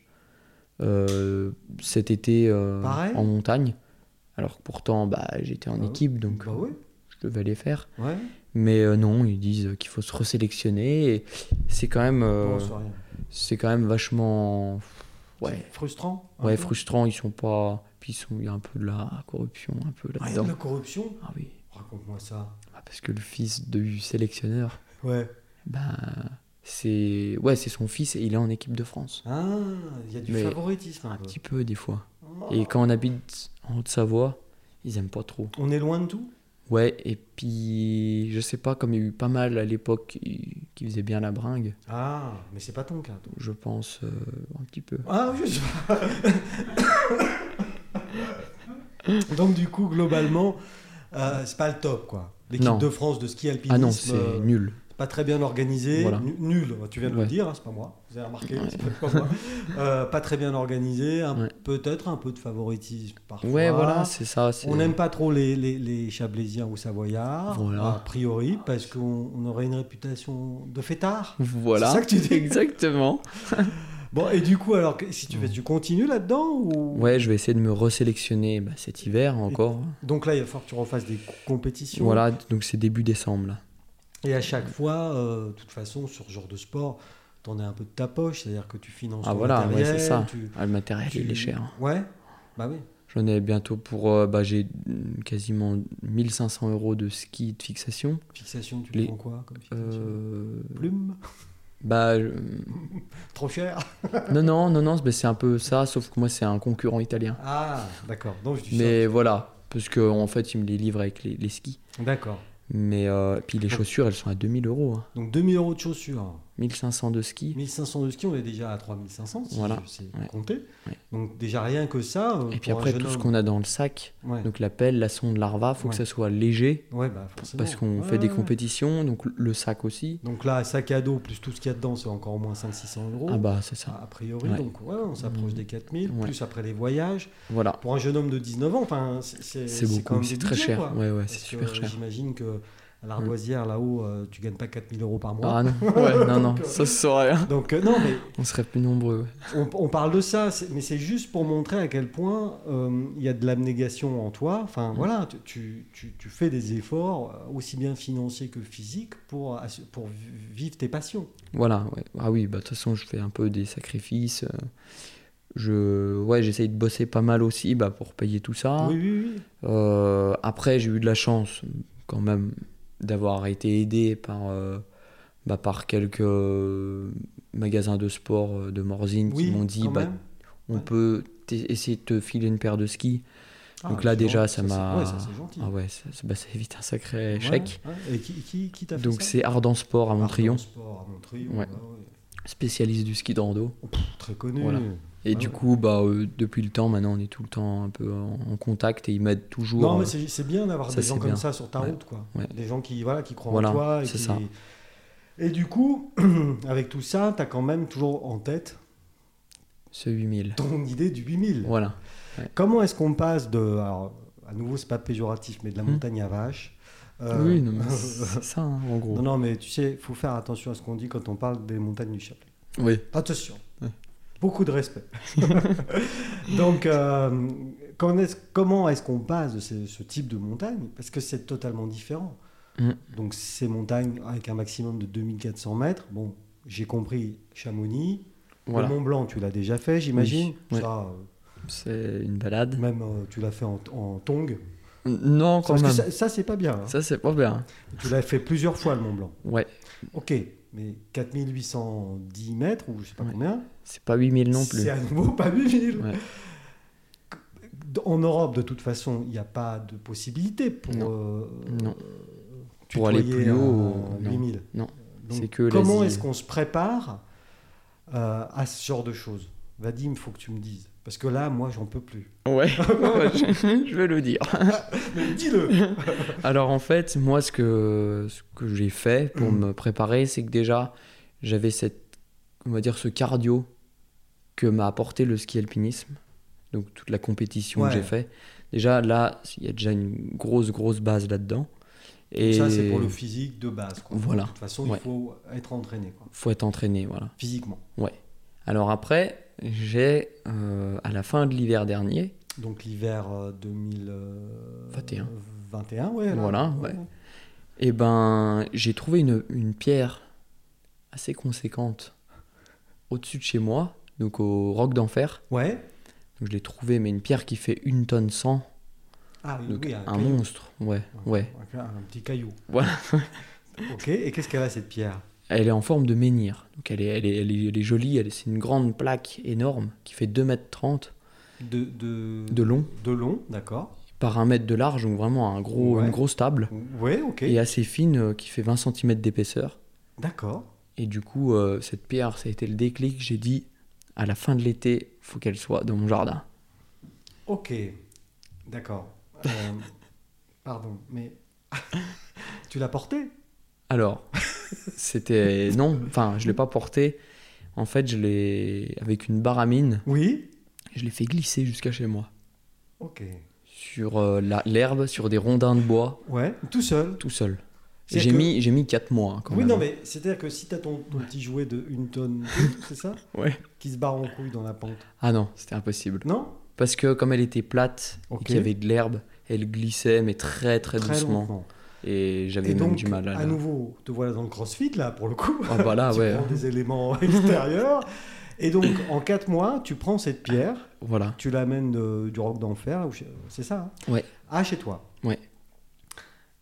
euh, cet été euh, Pareil. en montagne. Alors que pourtant, bah, j'étais en Bah oui. équipe, donc Bah ouais, je devais les faire. ouais. Mais euh, non, ils disent qu'il faut se resélectionner. et C'est quand même, euh, Bon, c'est rien. c'est quand même vachement, ouais, C'est frustrant. un ouais, peu. frustrant. Ils sont pas, puis ils sont, il y a un peu de la corruption, un peu Ah, il y a là-dedans. de la corruption Ah oui. Raconte-moi ça. Ah, Parce que le fils du sélectionneur, Ouais. bah, c'est ouais, c'est son fils et il est en équipe de France. Ah, il y a du Mais- favoritisme un Un peu. petit peu des fois. Oh. Et quand on habite en Haute-Savoie, ils aiment pas trop. On est loin de tout Ouais, et puis je sais pas, comme il y a eu pas mal à l'époque qui qui faisaient bien la bringue, Ah, mais c'est pas ton cas. toi. je pense euh, un petit peu. Ah oui, je- Donc du coup, globalement, euh, c'est pas le top, quoi. Non. L'équipe de France de ski alpinisme, Ah non, c'est euh, nul. pas très bien organisée, Voilà. nu- nul, tu viens de Ouais. le dire, hein, c'est pas moi, vous avez remarqué, c'est pas, pas moi. Euh, pas très bien organisée, un- Ouais. peut-être un peu de favoritisme parfois. Ouais, voilà, c'est ça. c'est- On n'aime pas trop les, les, les Chablaisiens ou Savoyards, Voilà. a priori, parce qu'on on aurait une réputation de fêtard. Voilà. C'est ça que tu dis. Exactement. Bon, et du coup, alors, que- si tu fais, tu continues là-dedans ou... Ouais, je vais essayer de me resélectionner bah, cet hiver encore. Donc là, il va falloir que tu refasses des co- compétitions. Voilà, donc c'est début décembre là. Et à chaque fois, euh, de toute façon, sur ce genre de sport, t'en es un peu de ta poche, c'est-à-dire que tu finances Ah ton voilà, ouais, matériel, c'est ça. tu- Ah, le matériel, tu- il est cher. Ouais, bah oui. J'en ai bientôt pour. euh, bah, j'ai mm, quasiment 1500 euros de ski de fixation. Fixation, tu Les- prends quoi comme fixation Euh, Plume bah, je- Trop cher non, non, non, non, c'est- bah, c'est un peu ça, sauf que moi, c'est un concurrent italien. Ah, d'accord, donc du Mais voilà, parce qu'en en fait, il me les livre avec les, les skis. D'accord. Ah. Mais euh, puis les chaussures, elles sont à 2000 euros. hein. Donc 2000 euros de chaussures. 1500 de ski. 1500 de ski, on est déjà à 3500, si Voilà. je sais Ouais. compter. Ouais. Donc déjà rien que ça. euh, Et puis pour un après, jeune tout ce homme- qu'on a dans le sac, Ouais. donc la pelle, la sonde, l'arva, faut Ouais. que ça soit léger Ouais, bah, forcément. parce qu'on Ouais, fait des ouais, ouais. compétitions, donc le sac aussi. Donc là, sac à dos plus tout ce qu'il y a dedans, c'est encore au moins 500-600 euros. Ah bah, c'est ça. A priori, Ouais. donc ouais, on s'approche Mm. des 4000, Ouais. plus après les voyages. Voilà, Pour un jeune homme de 19 ans, enfin, c'est- c'est c'est quand beaucoup, même c'est du très budget, cher. quoi. Ouais, ouais, c'est Parce super que euh, cher. Mm. J'imagine que à l'arboisière, là-haut, euh, tu gagnes pas 4000 euros par mois. Ah non, ouais, non, non, Donc, euh, ça se saurait. hein. Donc euh, non, mais On serait plus nombreux. ouais. on, on parle de ça, c'est- mais c'est juste pour montrer à quel point euh, il y a de l'abnégation en toi. Enfin Mm. voilà, tu, tu, tu- tu fais des efforts euh, aussi bien financiers que physiques pour, assu- pour vi- vivre tes passions. Voilà, ouais. Ah oui, bah, de toute façon, je fais un peu des sacrifices. euh, Je, ouais, j'essaye de bosser pas mal aussi bah, pour payer tout ça. Oui, oui, oui. Euh, après, j'ai eu de la chance quand même d'avoir été aidé par, euh, bah, par quelques euh, magasins de sport euh, de Morzine Oui, qui m'ont dit quand bah, même. on Ouais. peut t- essayer de te filer une paire de skis. Ah, Donc là, c'est déjà, gentil, ça c'est- m'a. ouais, ça, c'est gentil. ah ouais, ça, ça- bah, c'est vite un sacré Ouais, chèque. ouais. Et qui, qui, qui t'a fait Donc ça c'est Ardent Sport à Montrion, Ardent Sport, à Montrion, Ouais. bah ouais. spécialiste du ski de rando. Très connu. Voilà. Et Ah du ouais. coup, bah, euh, depuis le temps, maintenant, on est tout le temps un peu en, en contact et ils m'aident toujours. Non, mais euh, c'est c'est bien d'avoir ça, des c'est gens comme bien. ça sur ta Ouais. route, quoi. Ouais. Des gens qui, voilà, qui croient en Voilà, toi. Et, c'est qui- ça. et du coup, avec tout ça, tu as quand même toujours en tête ce 8000. ton idée du 8000. Voilà. Comment est-ce qu'on passe de. Alors, à nouveau, c'est pas péjoratif, mais de la Hmm. montagne à vache. euh, Oui, non, mais c'est ça, hein, en gros. non, non, mais tu sais, faut faire attention à ce qu'on dit quand on parle des montagnes du Chapelet. Oui. Attention. Ouais. Beaucoup de respect. Donc, euh, quand est-ce- comment est-ce qu'on passe de ce, ce type de montagne Parce que c'est totalement différent. Mm. Donc, ces montagnes avec un maximum de 2400 mètres, bon, j'ai compris Chamonix. Voilà. Le Mont Blanc, tu l'as déjà fait, j'imagine. Oui, ouais. Ça, euh, C'est une balade. même euh, tu l'as fait en, en tong. Non, quand Parce que même. ça, ça, c'est pas bien. hein. Ça, c'est pas bien. Tu l'as fait plusieurs fois, le Mont Blanc. Ouais. Ok, mais 4810 mètres, ou je sais pas Ouais. combien, C'est pas 8000 non plus. C'est à nouveau pas 8000. Ouais. En Europe, de toute façon, il n'y a pas de possibilité pour, Non. euh, Non. euh, Pour aller tutoyer plus un haut, non. 8000. Non. Donc, C'est que comment l'Asie. est-ce qu'on se prépare euh, à ce genre de choses Vadim, il faut que tu me dises. Parce que là, moi, j'en peux plus. Ouais. je je vais le dire. Mais dis-le Alors, en fait, moi, ce que, ce que j'ai fait pour Mm. me préparer, c'est que déjà, j'avais cette, on va dire, ce cardio que m'a apporté le ski alpinisme. Donc, toute la compétition Ouais. que j'ai fait. Déjà, là, il y a déjà une grosse, grosse base là-dedans. Et Ça, c'est pour le physique de base. quoi. Voilà. De toute façon, Ouais. il faut être entraîné quoi. faut être entraîné, voilà. physiquement. Alors après, j'ai, euh, à la fin de l'hiver dernier, Donc l'hiver euh, 2021. 21. 21, ouais. là. Voilà, ouais. eh ben, j'ai trouvé une, une pierre assez conséquente au-dessus de chez moi, donc au Roc d'Enfer. Ouais. Donc, je l'ai trouvée, mais une pierre qui fait une tonne 100, Ah oui, donc oui, un, caillou. monstre, ouais, ouais. Un, un petit caillou. Voilà. ok, et qu'est-ce qu'elle a cette pierre Elle est en forme de menhir, donc elle est, elle est, elle est, elle est jolie, elle est- c'est une grande plaque énorme qui fait 2m30 de, de, de long de long, d'accord. par 1 mètre de large, donc vraiment un gros, Ouais. une grosse table, Ouais, ok, et assez fine, euh, qui fait 20 cm d'épaisseur. d'accord. Et du coup, euh, cette pierre, ça a été le déclic. J'ai dit, à la fin de l'été, faut qu'elle soit dans mon jardin. Ok, d'accord. Euh, pardon, mais tu l'as portée Alors, c'était non. Enfin, je l'ai pas portée. En fait, je l'ai avec une baramine. Oui. Je l'ai fait glisser jusqu'à chez moi Ok. sur euh, la- l'herbe, sur des rondins de bois, Ouais, tout seul. tout seul. Et C'est-à-dire J'ai que- mis, j'ai mis 4 mois hein, quand oui, même. non, mais c'est-à-dire que si t'as ton, ton petit jouet de une tonne, deux, c'est ça Ouais. Qui se barre en couille dans la pente. Ah non, c'était impossible. Non Parce que comme elle était plate Ok. et qu'il y avait de l'herbe, elle glissait mais très très, doucement. lentement. Et j'avais Et même donc, du mal à. à la- nouveau, te voilà dans le crossfit, là, pour le coup. Ah bah là, tu ouais. prends des éléments extérieurs. Et donc, en 4 mois, tu prends cette pierre, Voilà. tu l'amènes de- du roc d'enfer, ou chez- c'est ça hein Ouais. À chez toi. Ouais.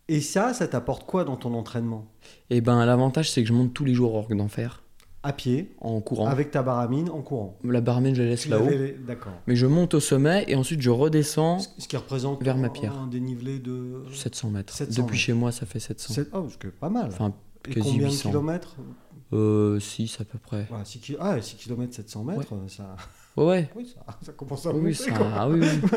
Et ça, ça t'apporte quoi dans ton entraînement Et ben l'avantage c'est que je monte tous les jours au Roc d'Enfer À pied, en courant. avec ta baramine, en courant. La barmaid je la laisse Ah, Tu là-haut. l'avais- D'accord. Mais je monte au sommet et ensuite je redescends Ce ce qui représente Vers ma un- pierre. un dénivelé de. 700 mètres. 700 Depuis mètres. chez moi ça fait 700. Sept- Oh, ce qui est pas mal. Enfin Et quasi combien 800. de kilomètres Euh, 6 à peu près. Ouais, six ki- ah, 6 km 700 mètres, ça, Ouais, ouais. oui, ça, ça commence à Oui, monter, oui, ça- quoi. ah oui, oui.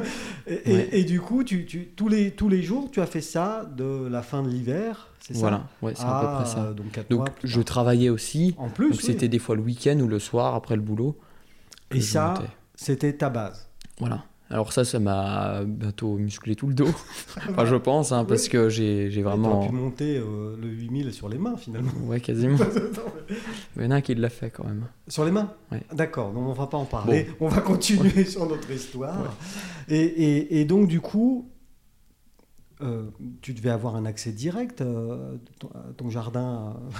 Et, et- Ouais. et du coup, tu, tu- tous, les, tous les jours, tu as fait ça de la fin de l'hiver, c'est ça Voilà, ouais, c'est à peu Ah, près ça. Donc, quatre Donc mois plus je tard. travaillais aussi. En plus, Donc oui. c'était des fois le week-end ou le soir après le boulot. que et je ça, montais. c'était ta base. Voilà. Alors ça, ça m'a bientôt musclé tout le dos. enfin, je pense, hein, parce que j'ai j'ai T'aurais vraiment... pu monter euh, le 8000 sur les mains, finalement. Ouais, quasiment. Attends, mais- Il y en a un qui l'a fait quand même. sur les mains Ouais. D'accord, non, on va pas en parler. On va continuer sur notre histoire. Et, et- et donc, du coup, euh, tu devais avoir un accès direct euh, ton- à ton jardin. euh,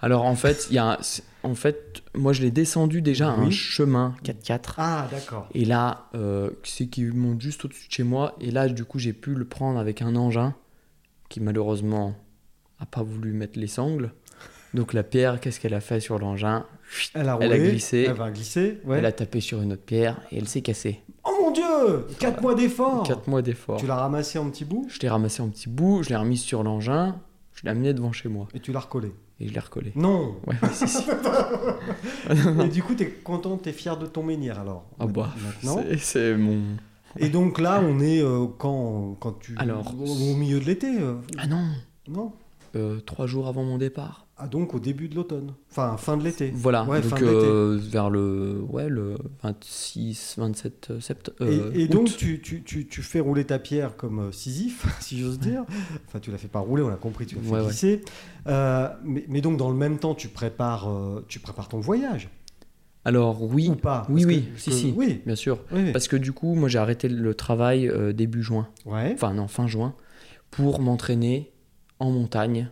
Alors en fait, il y a un- en fait, moi je l'ai descendu déjà à un Oui. chemin 4x4. Ah, d'accord. Et là, euh, c'est qui monte juste au-dessus de chez moi. Et là, du coup, j'ai pu le prendre avec un engin qui malheureusement a pas voulu mettre les sangles. Donc la pierre, qu'est-ce qu'elle a fait sur l'engin Elle a roulé. Elle a glissé. Elle va glisser. ouais. Elle a tapé sur une autre pierre et elle s'est cassée. Oh mon dieu 4 mois d'effort Quatre mois d'effort. Oh. Tu l'as ramassé en petits bouts Je l'ai ramassée en petits bouts, je l'ai remise sur l'engin, je l'ai amenée devant chez moi et tu l'as recollé. et je l'ai recollée. Non Ouais, ouais, si, si. Et du coup, t'es content, t'es fier de ton menhir alors Ah bah, Maintenant. c'est- c'est mon. Et donc là, on est euh, quand, quand tu. Alors, au, au milieu de l'été euh, Ah non Non Euh, Trois jours avant mon départ. Ah, donc au début de l'automne. Enfin, fin de l'été. Voilà, Ouais, fin donc de l'été. euh, vers le, ouais, le euh, 26, 27 septembre. et, et donc, tu, tu, tu, tu fais rouler ta pierre comme euh, Sisyphe, si j'ose dire. Enfin, tu l'as fait pas rouler, on l'a compris, tu l'as fait Ouais, ouais. glisser. Euh, mais, mais donc, dans le même temps, tu prépares, euh, tu prépares ton voyage. Alors, oui, Ou pas Oui, Parce oui, parce si, si. Oui, bien sûr. oui. Parce que du coup, moi j'ai arrêté le travail euh, début juin, Ouais. enfin non, fin juin, pour m'entraîner en montagne.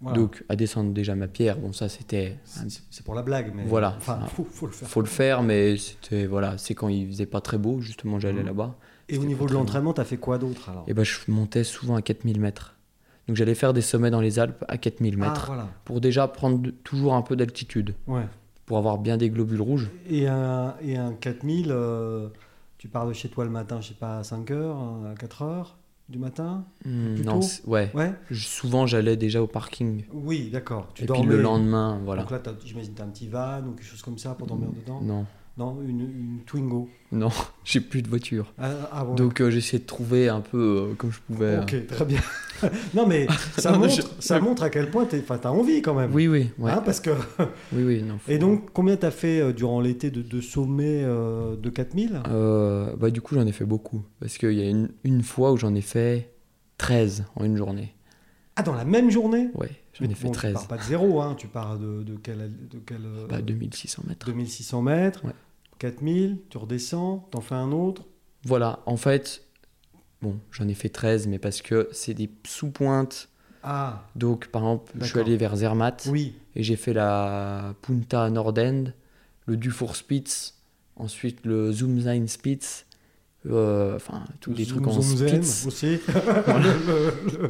voilà. Donc, à descendre déjà ma pierre, bon, ça c'était. C'est- C'est c'est pour la blague, mais. Voilà. Enfin, Enfin, faut, faut le faire. Faut le faire, mais c'était. Voilà, c'est quand il faisait pas très beau, justement, j'allais Mhm. là-bas. Et au c'était niveau pas de très l'entraînement, t'as fait quoi d'autre alors Et ben, je montais souvent à 4000 mètres. Donc, j'allais faire des sommets dans les Alpes à 4000 Ah, mètres. voilà. Pour déjà prendre de- toujours un peu d'altitude, Ouais. pour avoir bien des globules rouges. Et un, et un 4000, euh, tu pars de chez toi le matin, je sais pas, à 5h, à 4h du matin Hmm, Plus non, tôt c'est- ouais. Ouais Je- Souvent, j'allais déjà au parking. Oui, d'accord. Tu et dormais. puis le lendemain, voilà. Donc là, t'as- j'imagine t'as un petit van ou quelque chose comme ça pour dormir dedans Non, Non, une, une Twingo. non, j'ai plus de voiture. Ah, ah, ouais. Donc euh, j'essayais de trouver un peu euh, comme je pouvais. euh. Ok, très bien. non, mais ça, Non, mais montre, je- ça montre à quel point t'es- enfin, t'as envie quand même. euh. Oui, oui, ouais. Hein, parce que... oui, oui, non. faut- Et donc, combien t'as fait euh, durant l'été de, de sommets euh, de 4000 Euh, bah, Du coup, j'en ai fait beaucoup. Parce qu'il y a une, une fois où j'en ai fait 13 en une journée. Ah, dans la même journée Ouais, j'en Mais ai fait bon, Tu 13. pars pas de zéro, hein, tu pars de, de quel... De quel euh, Bah, 2600 mètres. 2600 mètres, Ouais. 4000, tu redescends, t'en fais un autre. Voilà, en fait, bon, j'en ai fait 13, mais parce que c'est des sous-pointes. Ah, Donc, par exemple, je suis D'accord. allé vers Zermatt. oui, et j'ai fait la Punta Nordend, le Dufourspitz, ensuite le Zoomseinspitz, euh, enfin tous des Zoom, trucs en zoom, zen spitz, aussi. Le- le- le-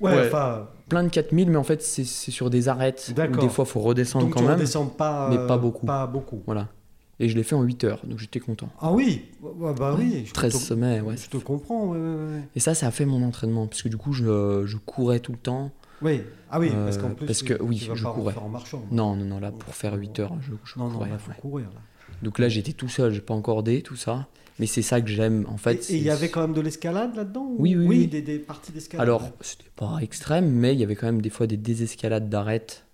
Ouais, Ouais. enfin, plein de 4000, mais en fait c'est c'est sur des arêtes, où D'accord. des fois faut redescendre donc quand tu même, redescends pas, mais euh, pas beaucoup. Pas beaucoup. voilà. Et je l'ai fait en 8 heures, donc j'étais content. Ah oui, bah, bah oui, je 13 te, sommets, ouais. je te comprends. Ouais, ouais, ouais. Et ça, ça a fait mon entraînement, parce que du coup je, je courais tout le temps. Oui, ah oui, parce Euh, qu'en plus, parce que, oui, tu vas je pas courais. faire en marchant. Non, non, non, là pour faire 8 heures, je, je non, non, courais. là, faut ouais. courir. là. Donc là j'étais tout seul, j'ai pas encordé, tout ça. Mais c'est ça que j'aime en fait. Et- et il y c'est- avait quand même de l'escalade là-dedans ou- Oui, oui, oui. Des, des parties d'escalade. Alors, c'était pas extrême, mais il y avait quand même des fois des désescalades d'arêtes.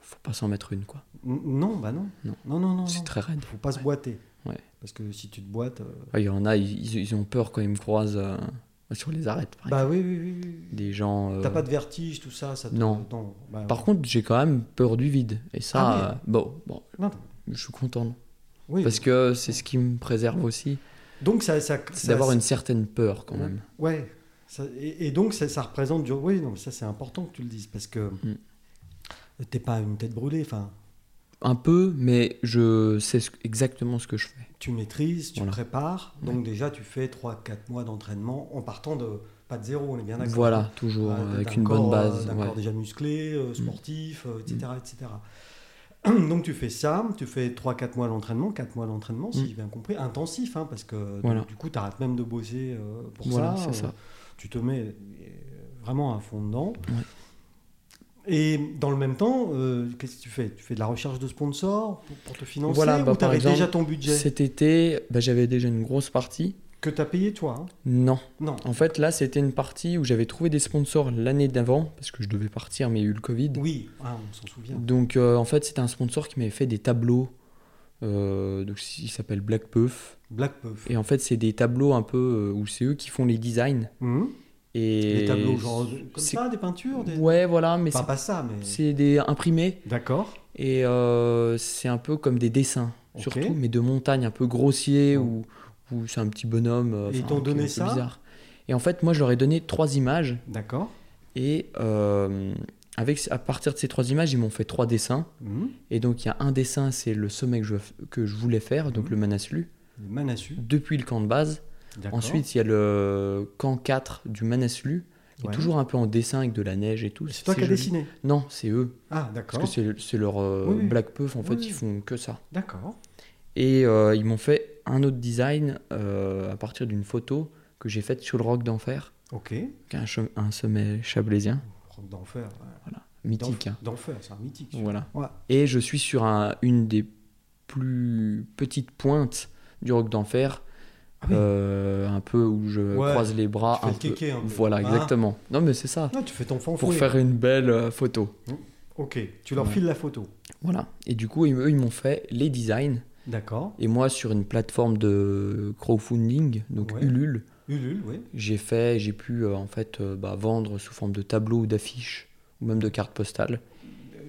Faut pas s'en mettre une, quoi. N- Non, bah non. Non. non, non, non. C'est non. très raide. Faut pas se boiter. Ouais. Parce que si tu te boites. euh, Ouais, Il y en a, ils, ils ont peur quand ils me croisent euh, sur les arêtes, par exemple. Bah oui, oui, oui. oui. Des gens. euh, T'as pas de vertige, tout ça, ça te... non. bah, Par contre, j'ai quand même peur du vide. Et ça, Ah euh, bon, bon, non, non. je suis content. Oui. Parce que c'est ce qui me préserve aussi. donc ça, ça, C'est ça- d'avoir une certaine peur, quand même. Bah, Ouais. Ça- et, et donc ça, ça représente du. Oui, non, mais ça c'est important que tu le dises parce que Mm. t'es pas une tête brûlée. Enfin, Un peu, mais je sais ce- exactement ce que je fais. tu maîtrises, tu Voilà. prépares. Donc déjà, tu fais 3-4 mois d'entraînement en partant de pas de zéro. On est bien d'accord. Voilà, toujours Ah, euh, d'un avec une corps, bonne euh, base. D'un ouais. Mm. corps déjà musclé, euh, sportif, euh, etc., etc. Donc tu fais ça, tu fais 3-4 mois l'entraînement, 4 mois l'entraînement, si Mm. j'ai bien compris, intensif, hein, parce que donc, Voilà. du coup tu arrêtes même de bosser euh, pour Voilà, ça, c'est ça. tu te mets euh, vraiment à fond dedans. Et dans le même temps, euh, qu'est-ce que tu fais Tu fais de la recherche de sponsors pour, pour te financer Voilà, bah, ou par t'avais exemple, déjà ton budget Cet été, bah, j'avais déjà une grosse partie. que t'as payé toi hein Non. Non. En fait, là, c'était une partie où j'avais trouvé des sponsors l'année d'avant, parce que je devais partir, mais il y a eu le Covid. Oui, ah, on s'en souvient. Donc, euh, en fait, c'était un sponsor qui m'avait fait des tableaux. Euh, donc, il s'appelle Black Puff. Black Puff. Et en fait, c'est des tableaux un peu euh, où c'est eux qui font les designs. Mhm. Et Des tableaux genre euh, comme c'est- ça, des peintures des... Ouais, voilà, mais Enfin, c'est pas ça, mais. c'est des imprimés. D'accord. Et euh, c'est un peu comme des dessins, Ok. surtout, mais de montagnes un peu grossiers Mm. où, où c'est un petit bonhomme. euh, Et ils enfin, t'ont qui est un donné peu ça bizarre. Et en fait, moi, je leur ai donné trois images. D'accord. Et euh, avec, à partir de ces trois images, ils m'ont fait trois dessins. Mhm. Et donc, il y a un dessin, c'est le sommet que je, que je voulais faire, donc Mm. le Manaslu, Le Manassu. depuis le camp de base. D'accord. Ensuite, il y a le camp 4 du Manaslu, qui Ouais. est toujours un peu en dessin avec de la neige et tout. C'est toi qui as joli. dessiné. Non, c'est eux. Ah, Parce que d'accord. c'est- c'est leur euh, Oui, oui. Black Puff, en fait, Oui, oui. ils font que ça. D'accord. Et euh, ils m'ont fait un autre design euh, à partir d'une photo que j'ai faite sur le roc d'enfer, Ok. qui est un, che- un sommet chablaisien, Rock D'enfer. ouais. mythique. D'enf- hein. D'enfer, c'est un mythique. celui-là. Voilà. Ouais. Et je suis sur un- une des plus petites pointes du roc d'enfer, Ah oui. euh, un peu où je Ouais, croise les bras. tu fais le peu. kéké un peu. Voilà, Ah. exactement. Non, mais c'est ça. Ah, tu fais ton fanfouet. Pour faire une belle euh, photo. Ok, tu leur Ouais. files la photo. Voilà. Et du coup, ils- eux, ils m'ont fait les designs. D'accord. Et moi, sur une plateforme de crowdfunding, donc Ouais. Ulule, Ulule, oui. j'ai fait, j'ai pu euh, en fait euh, bah, vendre sous forme de tableaux ou d'affiches ou même de cartes postales.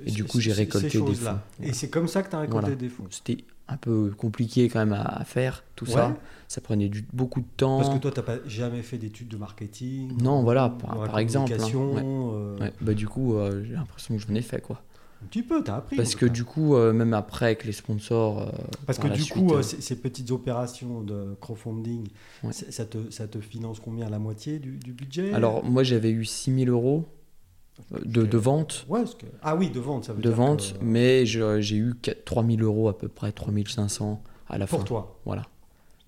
Et du coup, j'ai récolté des choses-là. fonds. Et Ouais. c'est comme ça que tu as récolté Voilà. des fonds. C'était un peu compliqué quand même à, à faire tout Ouais. ça. Ça prenait du, beaucoup de temps. Parce que toi, tu n'as pas jamais fait d'études de marketing. non, voilà, de par, la par exemple. hein. communication, Ouais. euh, Ouais. Bah, du coup, euh, j'ai l'impression que j'en ai fait quoi. Un petit peu, tu as appris. Parce en que tout du coup, euh, même après avec les sponsors. euh, cas. Parce que par la du suite, coup, euh, euh, ces, ces petites opérations de crowdfunding, Ouais. ça ça te, ça te finance combien La moitié du, du budget alors moi j'avais eu 6000 euros euh, de, de vente. Ouais, parce que- Ah oui, de vente, ça veut de dire vente, que- euh, mais je- j'ai eu 3000 euros à peu près, 3500 à la fin. Pour toi. Voilà.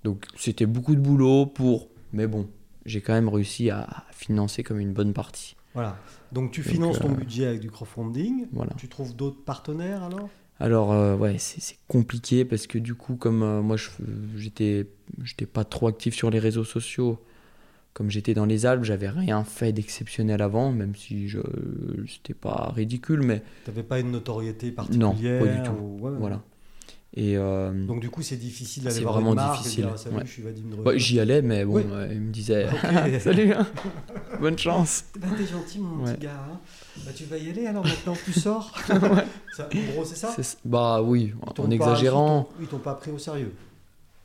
Donc c'était beaucoup de boulot pour. Mais bon, j'ai quand même réussi à à financer comme une bonne partie. Voilà. Donc tu Donc, finances ton euh, budget avec du crowdfunding. Voilà. Tu trouves d'autres partenaires alors Alors, euh, ouais, c'est c'est compliqué parce que du coup, comme euh, moi, je- j'étais j'étais pas trop actif sur les réseaux sociaux, comme j'étais dans les Alpes, j'avais rien fait d'exceptionnel avant, même si je c'était pas ridicule, mais T'avais pas une notoriété particulière pas du tout. ou- ouais. voilà. Et euh, Donc du coup, c'est difficile d'aller C'est voir vraiment une marque difficile, et dire salut, ouais. je suis Vadim Dreux. ouais, bah, j'y allais, mais bon, Oui. euh, il me disait Ok. Salut, hein. bonne chance. Bah, t'es gentil mon Ouais. petit gars. hein. Bah, tu vas y aller alors maintenant que tu sors. Ça, en gros, c'est ça. C'est- Bah oui, Ils t'ont en pas- exagérant. ils t'ont- Ils t'ont pas pris au sérieux.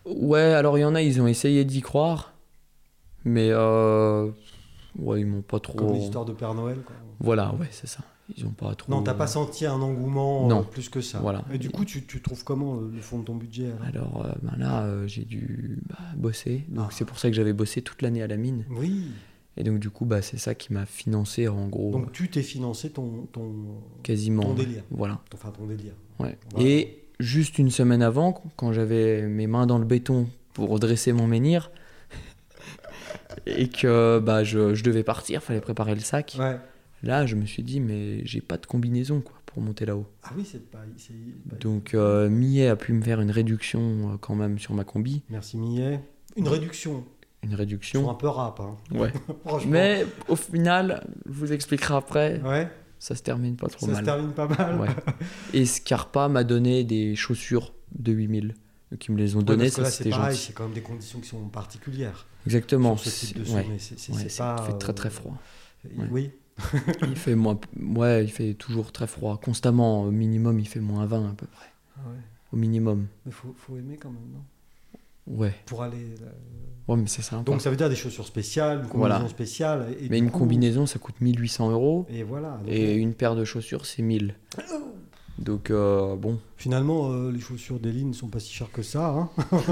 Ouais, alors il y en a, ils ont essayé d'y croire, mais euh, ouais, ils m'ont pas Comme trop. l'histoire de Père Noël. quoi. Voilà, ouais, c'est ça. Ils ont pas trop. Non, t'as pas senti un engouement euh, Non. plus que ça. Voilà. Et du coup, tu, tu trouves comment euh, le fond de ton budget alors Alors euh, ben là, euh, j'ai dû bah, bosser, donc Ah. c'est pour ça que j'avais bossé toute l'année à la mine, Oui. et donc du coup, bah c'est ça qui m'a financé en gros Donc euh, tu t'es financé ton ton quasiment. ton ouais. délire. Voilà. enfin ton délire. Ouais. Voilà. Et juste une semaine avant, quand j'avais mes mains dans le béton pour dresser mon menhir, et que bah, je, je devais partir, fallait préparer le sac, Ouais. là je me suis dit, mais j'ai pas de combinaison quoi, pour monter là-haut. Ah oui, c'est pas. c'est pas- Donc euh, Millet a pu me faire une réduction euh, quand même sur ma combi. Merci Millet. Une réduction. Une Ils sont réduction. un peu rap, hein. Ouais. franchement. Mais au final, je vous expliquerai après, Ouais, ça se termine pas trop ça se mal. termine pas mal. Ouais. Et Scarpa m'a donné des chaussures de 8000. Donc ils me les ont Ouais, données, parce que ça là, c'est c'était pareil, gentil. c'est quand même des conditions qui sont particulières. Exactement. sur ce type de c'est- ouais. sommet. C'est- c'est- Ouais, c'est c'est- pas, il fait euh, très très froid. ouais. Oui, Il fait moins, ouais, il fait toujours très froid. Constamment, au minimum, il fait moins 20 à peu près. Ah ouais. Au minimum. mais faut, faut aimer quand même, non Ouais, Pour aller. euh, là. ouais mais c'est sympa. Donc ça veut dire des chaussures spéciales, une combinaison Voilà. spéciale. Et, et mais du une coup- combinaison, ça coûte 1800 euros. Et voilà. donc, euh, Et une paire de chaussures, c'est 1000. Donc, euh, bon. Finalement, euh, les chaussures d'Eline ne sont pas si chères que ça. hein.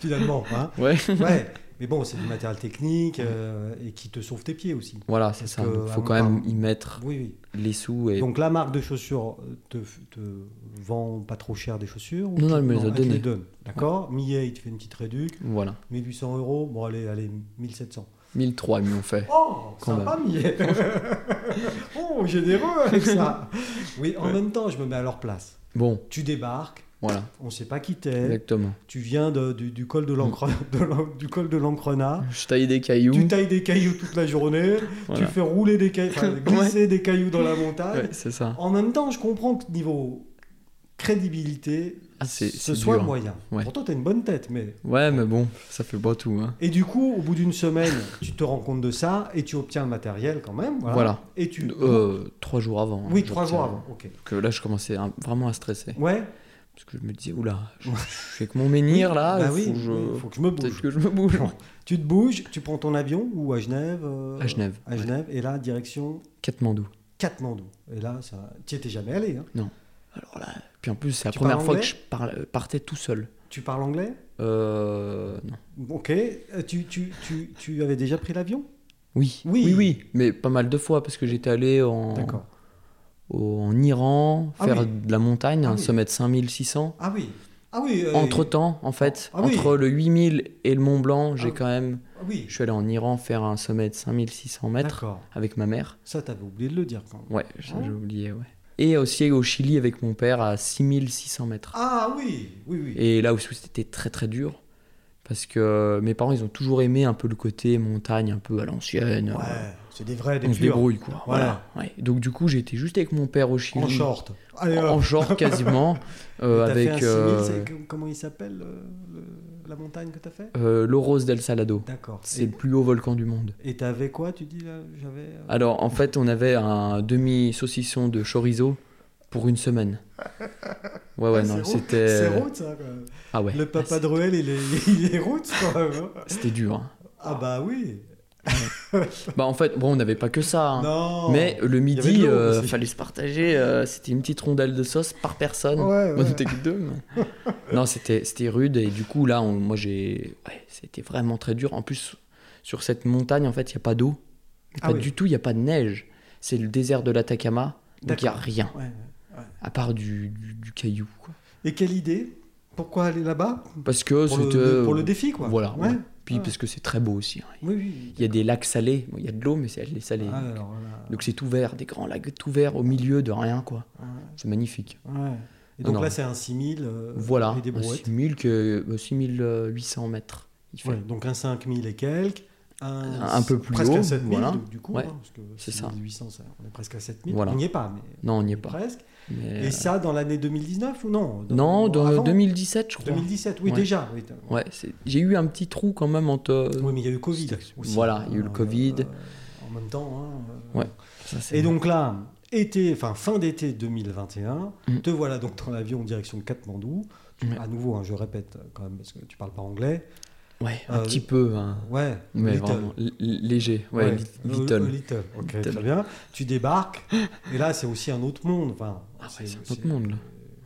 finalement, hein. Ouais. Ouais. Mais bon, c'est du matériel technique euh, et qui te sauve tes pieds aussi. Voilà, Parce c'est ça. que, Il à faut quand mon- même y mettre Oui, oui. les sous. Et... Donc la marque de chaussures euh, te, f- te vend pas trop cher des chaussures ou Non, tu- non, elle me les a te données. donne. D'accord Millet, il te fait une petite réduction. Voilà. 1800 euros, bon allez, allez, 1700. 1003, ils m'ont fait. Oh, Quand sympa, Millet Oh, généreux avec ça Oui, en Ouais. même temps, je me mets à leur place. Bon, Tu débarques, voilà, on sait pas qui t'es, exactement. tu viens de- du, du col de l'encre- Mm. de l'en- du col de l'Ancrenat, Je taille des cailloux. tu tailles des cailloux toute la journée, Mm. voilà. tu fais rouler des cailloux, enfin, glisser des cailloux dans la montagne. Ouais, c'est ça. En même temps, je comprends que niveau crédibilité, Ah, c'est ce c'est soit dur. moyen. Ouais. Pourtant, t'as une bonne tête, mais... Ouais, mais bon, ça fait pas tout. Hein. Et du coup, au bout d'une semaine, tu te rends compte de ça et tu obtiens le matériel quand même. Voilà. Voilà. Et tu... Euh, trois jours avant. hein, oui, je trois jours retiens. avant. Ok. Que là, je commençais à- vraiment à stresser. Ouais. Parce que je me disais, oula, je, je fais que mon menhir là, Bah faut oui, que je- oui, faut que je me peut-être bouge. que je me bouge. Bon. Tu te bouges, tu prends ton avion ou à Genève euh, À Genève. À Genève, et là, direction Katmandou. Katmandou. Et là, ça... tu étais jamais allé. hein. Alors là, puis en plus, c'est la Tu première parles fois que anglais je parle- euh, partais tout seul. Tu parles anglais Euh. Non. Ok. Euh, Tu, tu, tu, tu avais déjà pris l'avion Oui. Oui. oui, mais pas mal de fois parce que j'étais allé en, D'accord. au- en Iran Ah faire oui. de la montagne, Ah un oui. sommet de 5600. Ah oui. Ah oui. euh, Entre temps, en fait, Ah oui. entre le 8000 et le Mont Blanc, j'ai Ah. quand même. ah oui. Je suis allé en Iran faire un sommet de 5600 mètres D'accord. avec ma mère. Ça, t'avais oublié de le dire quand même. Ouais, j'ai Ah. j'ai oublié, ouais. Et aussi au Chili avec mon père à 6600 mètres. Ah oui, oui, oui. Et là où c'était très très dur, parce que euh, mes parents, ils ont toujours aimé un peu le côté montagne, un peu à l'ancienne. euh, Ouais, c'est des vrais, des on se purs. débrouille, quoi. Voilà. Voilà. ouais. Donc du coup, j'étais juste avec mon père au Chili. En short. Allez, En en hop. short, quasiment. euh, T'as fait un avec 6000, euh, c'est com- comment il s'appelle euh, le- la montagne que t'as fait euh, l'Oros del Salado. D'accord. C'est Et- le plus haut volcan du monde. Et t'avais quoi Tu dis là, j'avais. euh, Alors, en fait, on avait un demi-saucisson de chorizo pour une semaine. Ouais, ouais, Ah, non, c'est route- c'était... euh, C'est route, ça. Quand même. Ah ouais. Le papa de Ruel, il est, il est route, quand même. hein. C'était dur. hein. Ah bah oui. Bah en fait, bon, on n'avait pas que ça. hein. Non. Mais Oh, y le avait de midi, l'eau euh, aussi. fallait se partager. euh, c'était une petite rondelle de sauce par personne. Ouais, On ouais. était que deux. mais- non, c'était c'était rude. Et du coup, là, on- moi, j'ai. Ouais, c'était vraiment très dur. En plus, sur cette montagne, en fait, il n'y a pas d'eau. Mais Ah pas oui. du tout, il n'y a pas de neige. C'est le désert de l'Atacama. Donc il n'y a D'accord. rien. Ouais. À part du, du- du caillou. quoi. Et quelle idée Pourquoi aller là-bas Parce que pour, le- c'était. euh, de- pour le défi, quoi. Voilà. Ouais. ouais. Puis ouais. parce que c'est très beau aussi. hein. Oui, oui. Il y a des lacs salés. Bon, Il y a de l'eau, mais c'est- elle est salée. Ah, alors là. Donc c'est tout vert, des grands lacs tout vert au milieu de rien, quoi. Ouais. C'est magnifique. ouais. Et Non, donc non. là, c'est un 6000. euh, voilà, Et des un brouettes. 6000 que- euh, 6800 mètres. Il fait. Ouais, donc un 5000 et quelques, un, Un- un peu plus presque haut, à 7000 voilà. du, du coup, Ouais, hein, parce que c'est 6800, ça, on est presque à 7000, Voilà. on n'y est pas, mais Non, on n'y est pas. presque. Mais, Et ça dans l'année 2019 ou non Dans- euh, non, dans euh, avant 2017, je crois. 2017, oui Ouais. déjà. Oui, t'as- Ouais, c'est- j'ai eu un petit trou quand même entre. euh, Oui, mais il y a eu Covid C'était- aussi. hein, voilà, il y a eu le Covid. en même temps. hein, euh, Ouais, Ça, c'est- Et donc là, été, enfin, fin d'été 2021, Mm. te voilà donc dans l'avion en direction de Katmandou. Tu- Ouais. À nouveau, hein, je répète quand même, parce que tu parles pas anglais. Ouais, un euh, petit peu, hein. Ouais, mais little. vraiment l- l- léger. Ouais, li- euh, little. euh, little. Ok, Little. très bien. Tu débarques, et là, c'est aussi un autre monde. Enfin, Ah ouais, c'est un autre monde, là.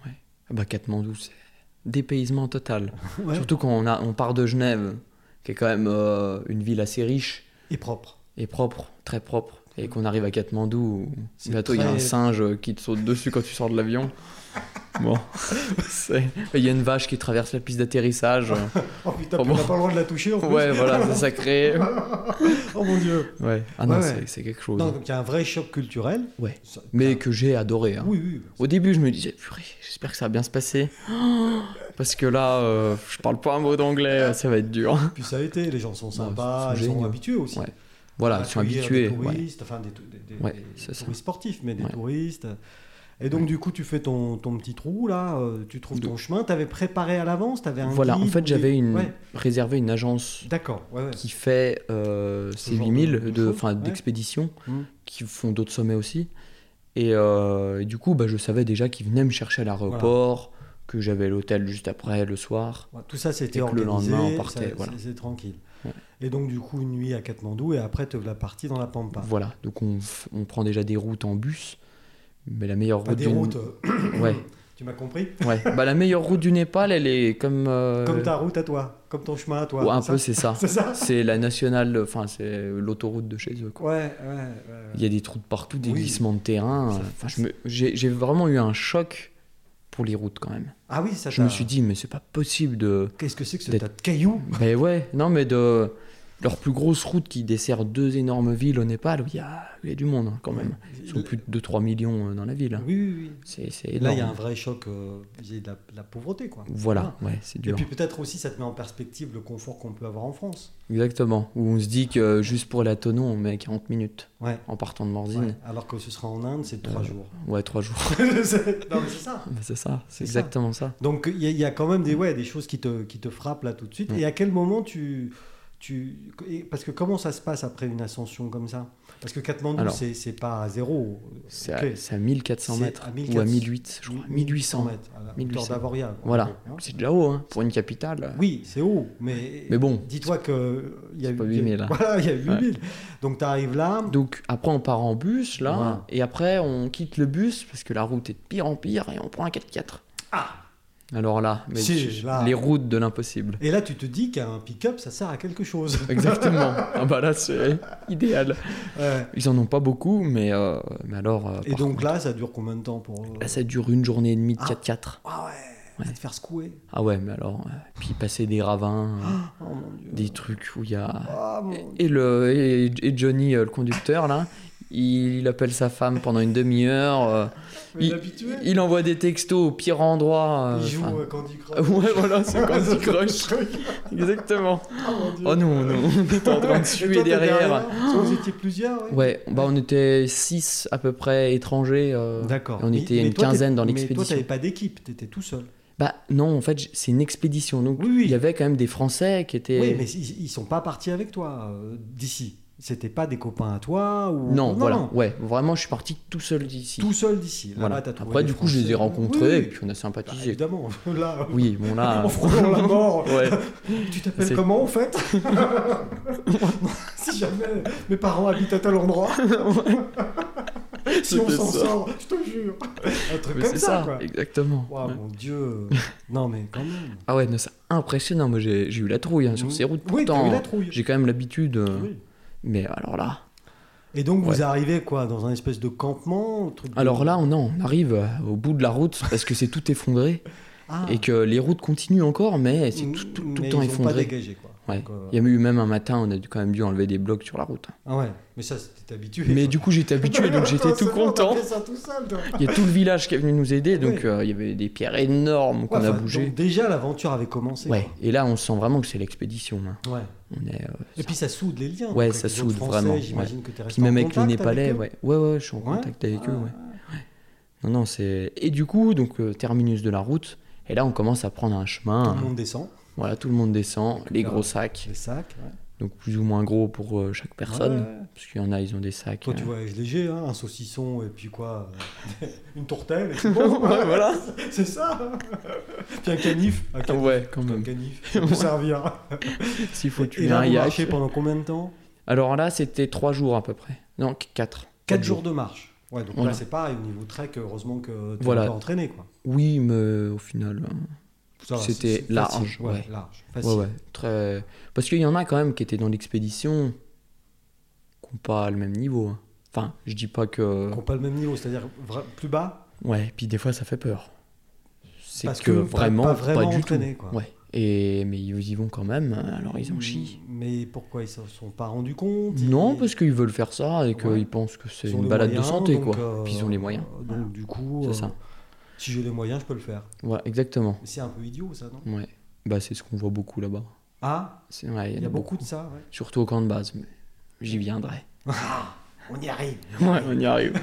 Ah Bah, Katmandou, c'est dépaysement total. Ouais, Surtout quand on, a, on part de Genève, qui est quand même euh, une ville assez riche. Et propre. est propre, très propre. Et qu'on arrive à Katmandou, où C'est bientôt il y a un très- singe euh, qui te saute dessus quand tu sors de l'avion. Bon, c'est- il y a une vache qui traverse la piste d'atterrissage. Oh putain, Oh, puis on bon. n'a pas le droit de la toucher en plus. Ouais, voilà, c'est sacré. Oh mon dieu. Ouais, ah non, Ouais, c'est- ouais. c'est quelque chose. Non, donc il y a un vrai choc culturel. Ouais. Ça- Mais que j'ai adoré. hein. Oui, oui. Au début, je me disais, purée, j'espère que ça va bien se passer. Oh, Parce que là, euh, je parle pas un mot d'anglais, ça va être dur. Puis ça a été, les gens sont sympas, ils sont ils sont géniaux. habitués aussi. hein. Ouais. Voilà, à ils sont accueillir habitués. Des ouais. touristes, enfin des, tou- des- des- Ouais, des c'est ça. touristes sportifs, mais des Ouais. touristes. Et donc, du coup, tu fais ton, ton petit trou, là, euh, tu trouves ton chemin. Tu avais préparé à l'avance, tu avais un Voilà, en guide ou fait, des- j'avais une... Ouais, réservé une agence D'accord, ouais, ouais. qui fait euh, Ce ces genre 8000 de- de de, choses, enfin, ouais. d'expéditions Mm. qui font d'autres sommets aussi. Et, euh, et du coup, bah, je savais déjà qu'ils venaient me chercher à l'aéroport, que j'avais l'hôtel juste après le soir. Ouais, tout ça, c'était Et que le organisé, lendemain, on partait, ça- voilà. c'est- c'est tranquille. Ouais. Et donc, du coup, une nuit à Katmandou, et après, te la partie dans la Pampa. Voilà, donc on, f- on prend déjà des routes en bus. Mais la meilleure route Enfin, des du- routes, euh, Ouais, tu m'as compris ouais. Bah, la meilleure route du Népal, elle est comme. euh, Comme ta route à toi, comme ton chemin à toi. ouais, un c'est peu, ça c'est ça. C'est ça C'est la nationale, enfin, c'est l'autoroute de chez eux. quoi. Ouais, ouais, ouais. Il y a des trous de partout, des Oui. glissements de terrain. Ça- Enfin, je me- j'ai j'ai vraiment eu un choc pour les routes quand même. Ah oui, ça Je t'a- me suis dit, mais c'est pas possible de. Qu'est-ce que c'est que ce tas d'être- de cailloux Ben ouais, non, mais de. leur plus grosse route qui dessert deux énormes villes au Népal, il y a, il y a du monde hein, quand même. Ils sont plus de 2-3 millions euh, dans la ville. Oui, oui, oui. C'est c'est Là, énorme. il y a un vrai choc euh, vis-à-vis de la, la pauvreté. Quoi. Voilà, ouais, c'est Ah. Et dur. puis peut-être aussi, ça te met en perspective le confort qu'on peut avoir en France. Exactement. Où on se dit que euh, juste pour la tonneau, on met 40 minutes Ouais. en partant de Ouais. Morzine. Alors que ce sera en Inde, c'est trois Euh, jours. Ouais, trois jours. non, mais c'est ça. Bah, c'est ça, c'est C'est ça. exactement ça. Donc il y, a- il y a quand même des, ouais, des choses qui te, qui te frappent là tout de suite. Ouais. Et à quel moment tu... tu et- parce que comment ça se passe après une ascension comme ça Parce que Katmandou, Alors. c'est c'est pas à zéro. C'est Ok. à, c'est à 1400 C'est mètres à ou 1400 à 1800, je crois. 1800 mètres. mètres, à la 1800. hauteur d'Avoria. Voilà, Hein c'est déjà haut hein, pour une capitale. euh, oui, c'est haut, mais... Mais bon, Dis-toi que il y a c'est eu pas il y a- 8000, hein. Voilà, il y a 8000. Donc tu arrives là, donc après on part en bus là, Voilà. et après on quitte le bus parce que la route est de pire en pire et on prend un 4x4. Ah Alors là, mais Si, tu- là. les routes de l'impossible. et là tu te dis qu'un pick-up ça sert à quelque chose. Exactement. ah bah là c'est idéal. Ouais. Ils en ont pas beaucoup, mais, euh, mais alors. euh, Et par donc contre, Ah, là ça dure combien de temps pour... là, ça dure une journée et demie de Ah. 4x4. Ah ouais, Ouais. te faire secouer. Ah ouais, mais alors. euh, puis passer des ravins, euh, Oh mon dieu. des trucs où il y a. Ah, mon Dieu. Et, le, et, et Johnny, euh, le conducteur, là, il, appelle sa femme pendant une demi-heure. euh, Mais il, l'habitué, il envoie des textos au pire endroit. euh, il joue enfin- euh, Candy Crush. Ouais, voilà, c'est Candy Crush. Crush. Exactement. Ah, mon Dieu. Oh non, non, on était en train de Et suer toi, t'es derrière. Parce que Vous étiez plusieurs, ouais. Ouais, bah on était 6 à peu près étrangers. euh, D'accord. et on Mais- était mais une toi, t'es- quinzaine dans Mais toi, l'expédition. t'avais pas d'équipe, t'étais tout seul. Bah non, en fait, j- c'est une expédition. Donc Oui, oui. il y avait quand même des Français qui étaient. Oui, mais ils, ils sont pas partis avec toi euh, d'ici. C'était pas des copains à toi ou. Non, voilà. non. Ouais, vraiment, je suis parti tout seul d'ici. Tout seul d'ici. Là-bas, Voilà. t'as trouvé Après, des du coup, je les ai Français. rencontrés Oui, et oui. puis on a Bah, sympathisé. évidemment, là. Oui, bon là. En frôlant la mort. ouais. Tu t'appelles Ah. C'est- comment en fait Si jamais mes parents habitent à tel endroit, si on C'était s'en ça. sort, je te jure. Un truc Mais comme c'est ça, ça, quoi. exactement. Ouah, Ouais. mon dieu. Non mais quand même. Ah ouais, non, c'est impressionnant. Moi, j'ai j'ai eu la trouille hein, sur ces routes. Oui, t'as eu la Pourtant, trouille. j'ai quand même l'habitude. euh, Oui. Mais alors là. Et donc vous Ouais. arrivez quoi Dans un espèce de campement un truc de- Alors là, on, non, on arrive euh, au bout de la route parce que c'est tout effondré Ah. et que les routes continuent encore, mais c'est tout, tout- tout Mais le temps ils ont pas effondré. dégagé quoi. Ouais. Donc, euh, Il y a eu même un matin, on a dû- quand même dû enlever des blocs sur la route. Ah ouais, mais ça c'était habitué. Mais quoi. du coup, j'étais habitué, donc j'étais C'est tout bon, t'as content. fait ça tout seul, toi. Il y a tout le village qui est venu nous aider, donc Ouais. euh, il y avait des pierres énormes qu'on Ouais, a enfin, bougées. donc déjà l'aventure avait commencé. Ouais, et là, on sent vraiment que c'est l'expédition. hein. quoi. Ouais. On est. euh, Et puis ça soude les liens. Ouais, donc, ça avec les autres soude Français, vraiment, J'imagine que t'es resté Puis même en avec les contact Népalais, eux. ouais. ouais, ouais, je suis en Ouais. contact avec eux, Ah, ouais. Non, non, c'est. Et du coup, donc, euh, terminus de la route, et là, on commence à prendre un Tout chemin. hein. le monde descend, Voilà, tout le monde descend, les Récupère. gros sacs, les sacs. ouais. donc plus ou moins gros pour euh, chaque personne, Ouais, ouais. parce qu'il y en a, ils ont des sacs. Toi, tu euh, voyages léger, hein, un saucisson et puis quoi euh, Une tourtelle, et c'est bon, Ouais, voilà. c'est ça Puis un canif, un canif, Ouais, quand un même. canif, ça peut servir. S'il faut tuer et là, un vous yak. marchez pendant combien de temps Alors là, c'était trois jours à peu près. Non, qu- quatre. 4 jours de marche. Ouais, donc Voilà. là, c'est pareil, au niveau trek, heureusement que tu Voilà. pas entraîné, quoi. Oui, mais euh, au final, euh, Ça va, C'était c'est- c'est large, facile, ouais, ouais. large, ouais, facile. ouais, très. Parce qu'il y en a quand même qui étaient dans l'expédition, qui n'ont pas le même niveau. hein. Enfin, je dis pas que. Qui ont pas le même niveau, c'est-à-dire vra- plus bas, Ouais, puis des fois ça fait peur. C'est Parce que, que pas- vraiment, pas pas, vraiment du entraîné, tout. quoi. Mmh. Ouais. Et mais ils y vont quand même, hein. alors ils en chient. Mm, Mais pourquoi ils ne se sont pas rendus compte Non, Ils- parce qu'ils veulent faire ça et qu'ils Ouais. pensent que c'est ils ont une les balade moyens, de santé, donc, quoi. euh, Puis ils ont les moyens. euh, Donc, du coup, C'est euh, ça. si j'ai les moyens, je peux le faire. Voilà, exactement. Mais C'est un peu idiot, ça, non Ouais. Bah, c'est ce qu'on voit beaucoup là-bas. Ah, C'est- ouais, il y a beaucoup de ça, ouais. Surtout au camp de base, mais j'y viendrai. On y arrive. Ouais, on y arrive.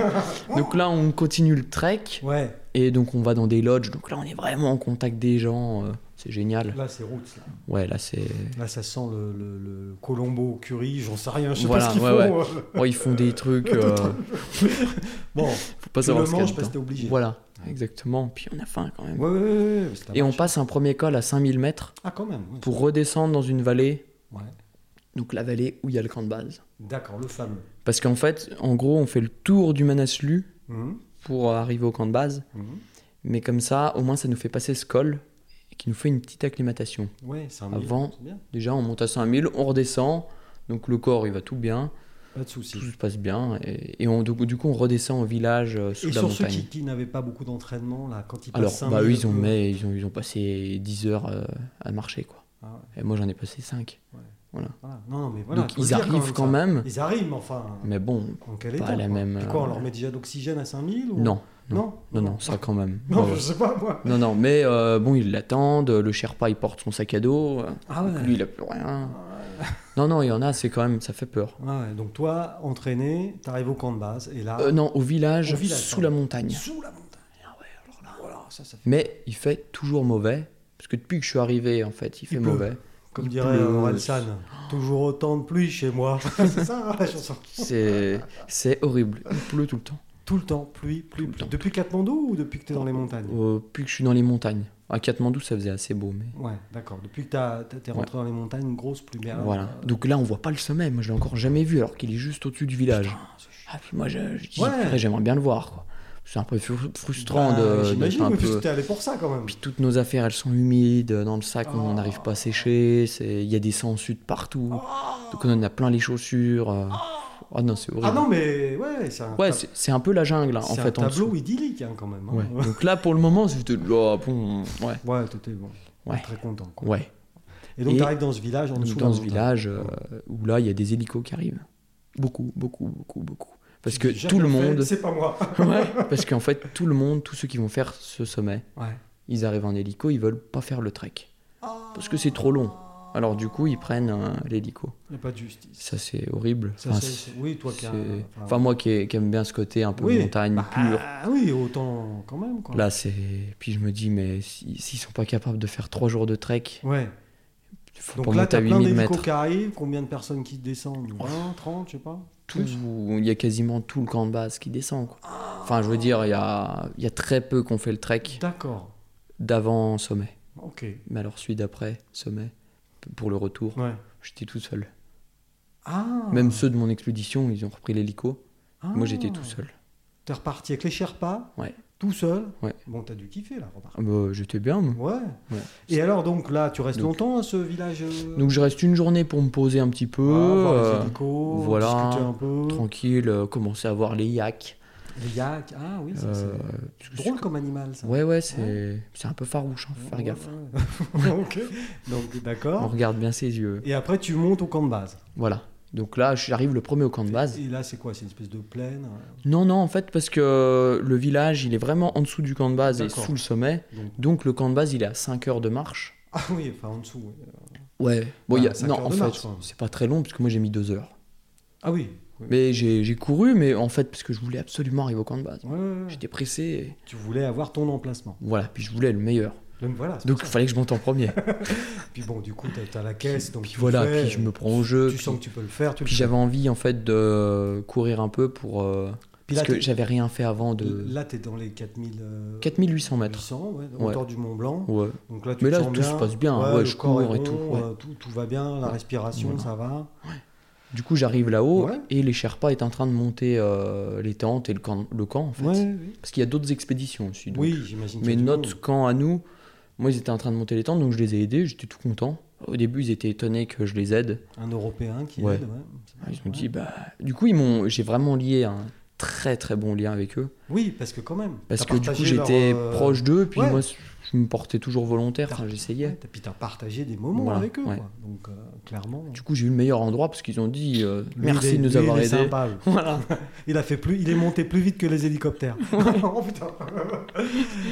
donc là, on continue le trek Ouais, et donc on va dans des lodges. Donc là, on est vraiment en contact des gens. euh, c'est génial. là, c'est roots. Là. Ouais, là, c'est. Là, ça sent le, le, le Colombo, Curie, j'en sais rien, je sais Voilà, pas ce qu'ils ouais, font. Oh, ils font des trucs. euh, Bon, faut pas tu le savoir ce qu'il y a manges parce dedans. que t'es obligé. Voilà, exactement. Puis on a faim quand même. Ouais, ouais, ouais, ouais, c'est la Et on vache. passe un premier col à 5000 mètres Ah, quand même. ouais. pour redescendre dans une vallée, Ouais. donc la vallée où il y a le camp de base. D'accord, le fameux. Parce qu'en fait, en gros, on fait le tour du Manaslu Hum, pour arriver au camp de base, hum. mais comme ça, au moins, ça nous fait passer ce col qui nous fait une petite acclimatation. Ouais, c'est un Avant. million, c'est bien. Déjà, on monte à 5000, on redescend, donc le corps, il va tout bien, Pas de tout soucis. se passe bien, et, et on, du, coup- du coup, on redescend au village euh, sous Et la sur ceux montagne. qui, qui n'avaient pas beaucoup d'entraînement, là, quand ils Alors, passent bah, 5000, eux, ils ont, eux- mais, ils, ont, ils ont passé 10 heures euh, à marcher, quoi. Ah ouais. Et moi, j'en ai passé 5. Voilà. Non, non, mais voilà, Donc, faut le ils dire arrivent quand ça. même, Ils arrivent, mais enfin. mais bon, En quel état pas la quoi. même. Puis quoi, on euh, leur met déjà d'oxygène à 5000 ou... Non, Non non, non, ça quand même. Non, Ouais, je ouais. sais pas, moi. non, non, mais euh, bon, ils l'attendent, le Sherpa, il porte son sac à dos, euh, Ah donc lui, il a plus rien. Non, non, il y en a, c'est quand même, ça fait peur. Ouais, donc toi, entraîné, t'arrives au camp de base, et là, Euh, non, au village, Ah. Au village, sous pardon. la montagne. sous la montagne. Ah Voilà, ça, ça fait... Mais il fait toujours mauvais, parce que depuis que je suis arrivé, en fait, il fait pleut. mauvais. Comme il dirait euh, pleut. Orelsan, toujours autant de pluie chez moi. c'est ça, hein, la chanson. C'est c'est horrible, il pleut tout le temps. Tout le temps, pluie, pluie, Tout le pluie. temps. Depuis Katmandou ou depuis que t'es dans les montagnes Euh, Depuis que je suis dans les montagnes. À Katmandou, ça faisait assez beau, mais... Ouais, d'accord. Depuis que t'as- t'as- t'es rentré dans les montagnes, grosse pluie. mais alors, Voilà. euh, Donc là, on voit pas le sommet. Moi, je l'ai encore jamais vu, alors qu'il est juste au-dessus du village. putain, c'est chiant. Ah, puis moi, je, je dis, Ouais. purée, j'aimerais bien le voir, quoi. C'est un peu fru- frustrant Bah, de- d'être J'imagine, un mais peu... puisque t'es allé pour ça quand même. Puis toutes nos affaires, elles sont humides. Dans le sac, on n'arrive pas à sécher. c'est- Il y a des sangs sud partout. Donc on en a plein les chaussures. euh. Ah non, c'est Ah horrible. non, mais ouais, c'est un, ouais, tab- c'est c'est un peu la jungle, hein, en c'est un fait. en tableau dessous. idyllique hein, quand même. hein. Ouais. Donc là, pour le moment, c'était... Oh, bon, ouais. Ouais, t'étais bon, Ouais. très content. Quoi. Ouais. Et donc, Et- t'arrives dans ce village en dessous dans de la ce montagne. village euh, où là, il y a des hélicos qui arrivent. Beaucoup, beaucoup, beaucoup, beaucoup. Parce Tu que dis, j'ai tout le rien fait, monde... C'est pas moi. Ouais, parce qu'en fait, tout le monde, tous ceux qui vont faire ce sommet, Ouais. ils arrivent en hélico, ils veulent pas faire le trek. Parce que c'est trop long. Alors du coup, ils prennent euh, l'hélico. Il n'y a pas de justice. Ça, c'est horrible. Ça, Enfin, c'est- c'est- c'est- oui, toi qui as. c'est- Enfin, moi qui, ai- qui aime bien ce côté un peu Oui. montagne bah, pure. oui, autant quand même. Quoi. Là, c'est. Puis je me dis, mais si- s'ils sont pas capables de faire trois jours de trek, Ouais. faut Donc pas là, monter à t'as plein 8000 d'hélicos mètres. qui arrivent, combien de personnes qui descendent 20, 30, je sais pas. Tout- Il y a quasiment tout le camp de base qui descend. quoi. Enfin, je veux dire, il y a, il y a très peu qu'on fait le trek D'accord. d'avant sommet. Ok. Mais alors, celui d'après sommet, pour le retour, Ouais. j'étais tout seul. Ah Même ceux de mon expédition, ils ont repris l'hélico. Ah. Moi, j'étais tout seul. T'es reparti avec les Sherpas Ouais. Tout seul Ouais. Bon, t'as dû kiffer là, remarque. Ah bah, j'étais bien, moi. Ouais. Ouais. Et alors, donc là, tu restes Donc- longtemps à ce village euh, Donc je reste une journée pour me poser un petit peu, à voir les euh, hélicos, voilà, discuter un peu. tranquille, euh, commencer à voir les yaks. Les yaks. Ah oui, ça, Euh, c'est parce que drôle comme animal ça. c'est- Ouais ouais, c'est c'est un peu farouche, hein, faut faire Ouais, gaffe. ouais. ok. Donc On d'accord. regarde bien ses yeux. Et après tu montes au camp de base. Voilà. Donc là, j'arrive le premier au camp de base. Et là c'est quoi C'est une espèce de plaine. hein? Non non, en fait parce que le village, il est vraiment en dessous du camp de base et D'accord. sous le sommet. Donc- Donc le camp de base, il est à 5 heures de marche. Ah oui, enfin en dessous. ouais. Ouais. Bon, Ouais, Ah, il y a- cinq non, heures en de fait, marche, quoi. c'est pas très long parce que moi j'ai mis 2 heures. Ah oui. oui. Mais j'ai j'ai couru mais en fait parce que je voulais absolument arriver au camp de base. Ouais, ouais, ouais. J'étais pressé et Tu voulais avoir ton emplacement. voilà, puis je voulais le meilleur. Donc voilà. c'est Donc pour il ça. fallait que je monte en premier. Puis bon, du coup t'as t'as la caisse, donc puis tu voilà, le fais, puis je me prends au jeu. Tu puis sens que tu peux le faire. Tu le puis fais. j'avais envie en fait de courir un peu pour. euh, Puis là, parce que t'es- j'avais rien fait avant de. Là, tu es dans les 4000, euh, 4800 mètres. 800, ouais, hauteur du Mont Blanc. Ouais. Donc là, tu Mais te là, sens tout bien. se passe bien, ouais, le je corps est cours et tout, ouais. euh, tout. tout va bien, la Ouais. respiration, Voilà. ça va. Du coup j'arrive là-haut Ouais. et les Sherpas est en train de monter euh, les tentes et le camp, le camp en fait. Ouais, oui. Parce qu'il y a d'autres expéditions aussi. donc. Oui, j'imagine. qu'il y Mais a du notre monde. camp à nous, moi ils étaient en train de monter les tentes donc je les ai aidés, j'étais tout content. Au début ils étaient étonnés que je les aide. Un Européen qui Ouais. aide. ouais. Ah, Ils ont dit bah. Du coup ils m'ont, j'ai vraiment lié un très très bon lien avec eux. Oui, parce que quand même. t'as Parce que du coup, partagé leur, j'étais euh, proche d'eux, puis ouais. moi, je me portais toujours volontaire, T'as- enfin, ouais, j'essayais. t'as- Puis t'as partagé des moments Voilà, avec eux. ouais. quoi. Donc, euh, clairement. Du coup, j'ai eu le meilleur endroit parce qu'ils ont dit euh, lui, merci il est- de nous lui, avoir il est aidés. sympa, lui. Voilà. Il a fait plus, il est monté plus vite que les hélicoptères. oh putain.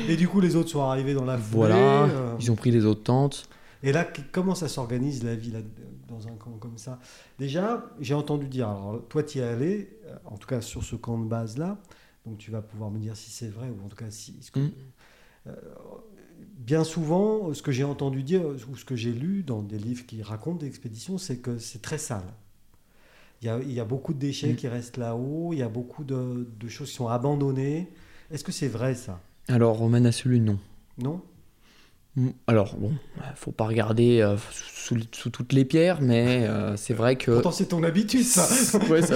Et du coup, les autres sont arrivés dans la foulée. Voilà. euh, Ils ont pris les autres tentes. Et là, qu- comment ça s'organise la vie là, dans un camp comme ça Déjà, j'ai entendu dire, alors toi tu y es allé, euh, en tout cas sur ce camp de base-là, donc tu vas pouvoir me dire si c'est vrai ou en tout cas si... ce que- Mm. Euh, bien souvent, euh, ce que j'ai entendu dire euh, ou ce que j'ai lu dans des livres qui racontent des expéditions, c'est que c'est très sale. Il y, a, il y a beaucoup de déchets Mm. qui restent là-haut, il y a beaucoup de, de choses qui sont abandonnées. Est-ce que c'est vrai ça Alors, Romain Asselu, non. Non Mm, Alors, bon, euh, faut pas regarder euh, sous, sous- sous toutes les pierres, mais euh, c'est vrai que. Pourtant c'est ton habitude ça Ouais, ça-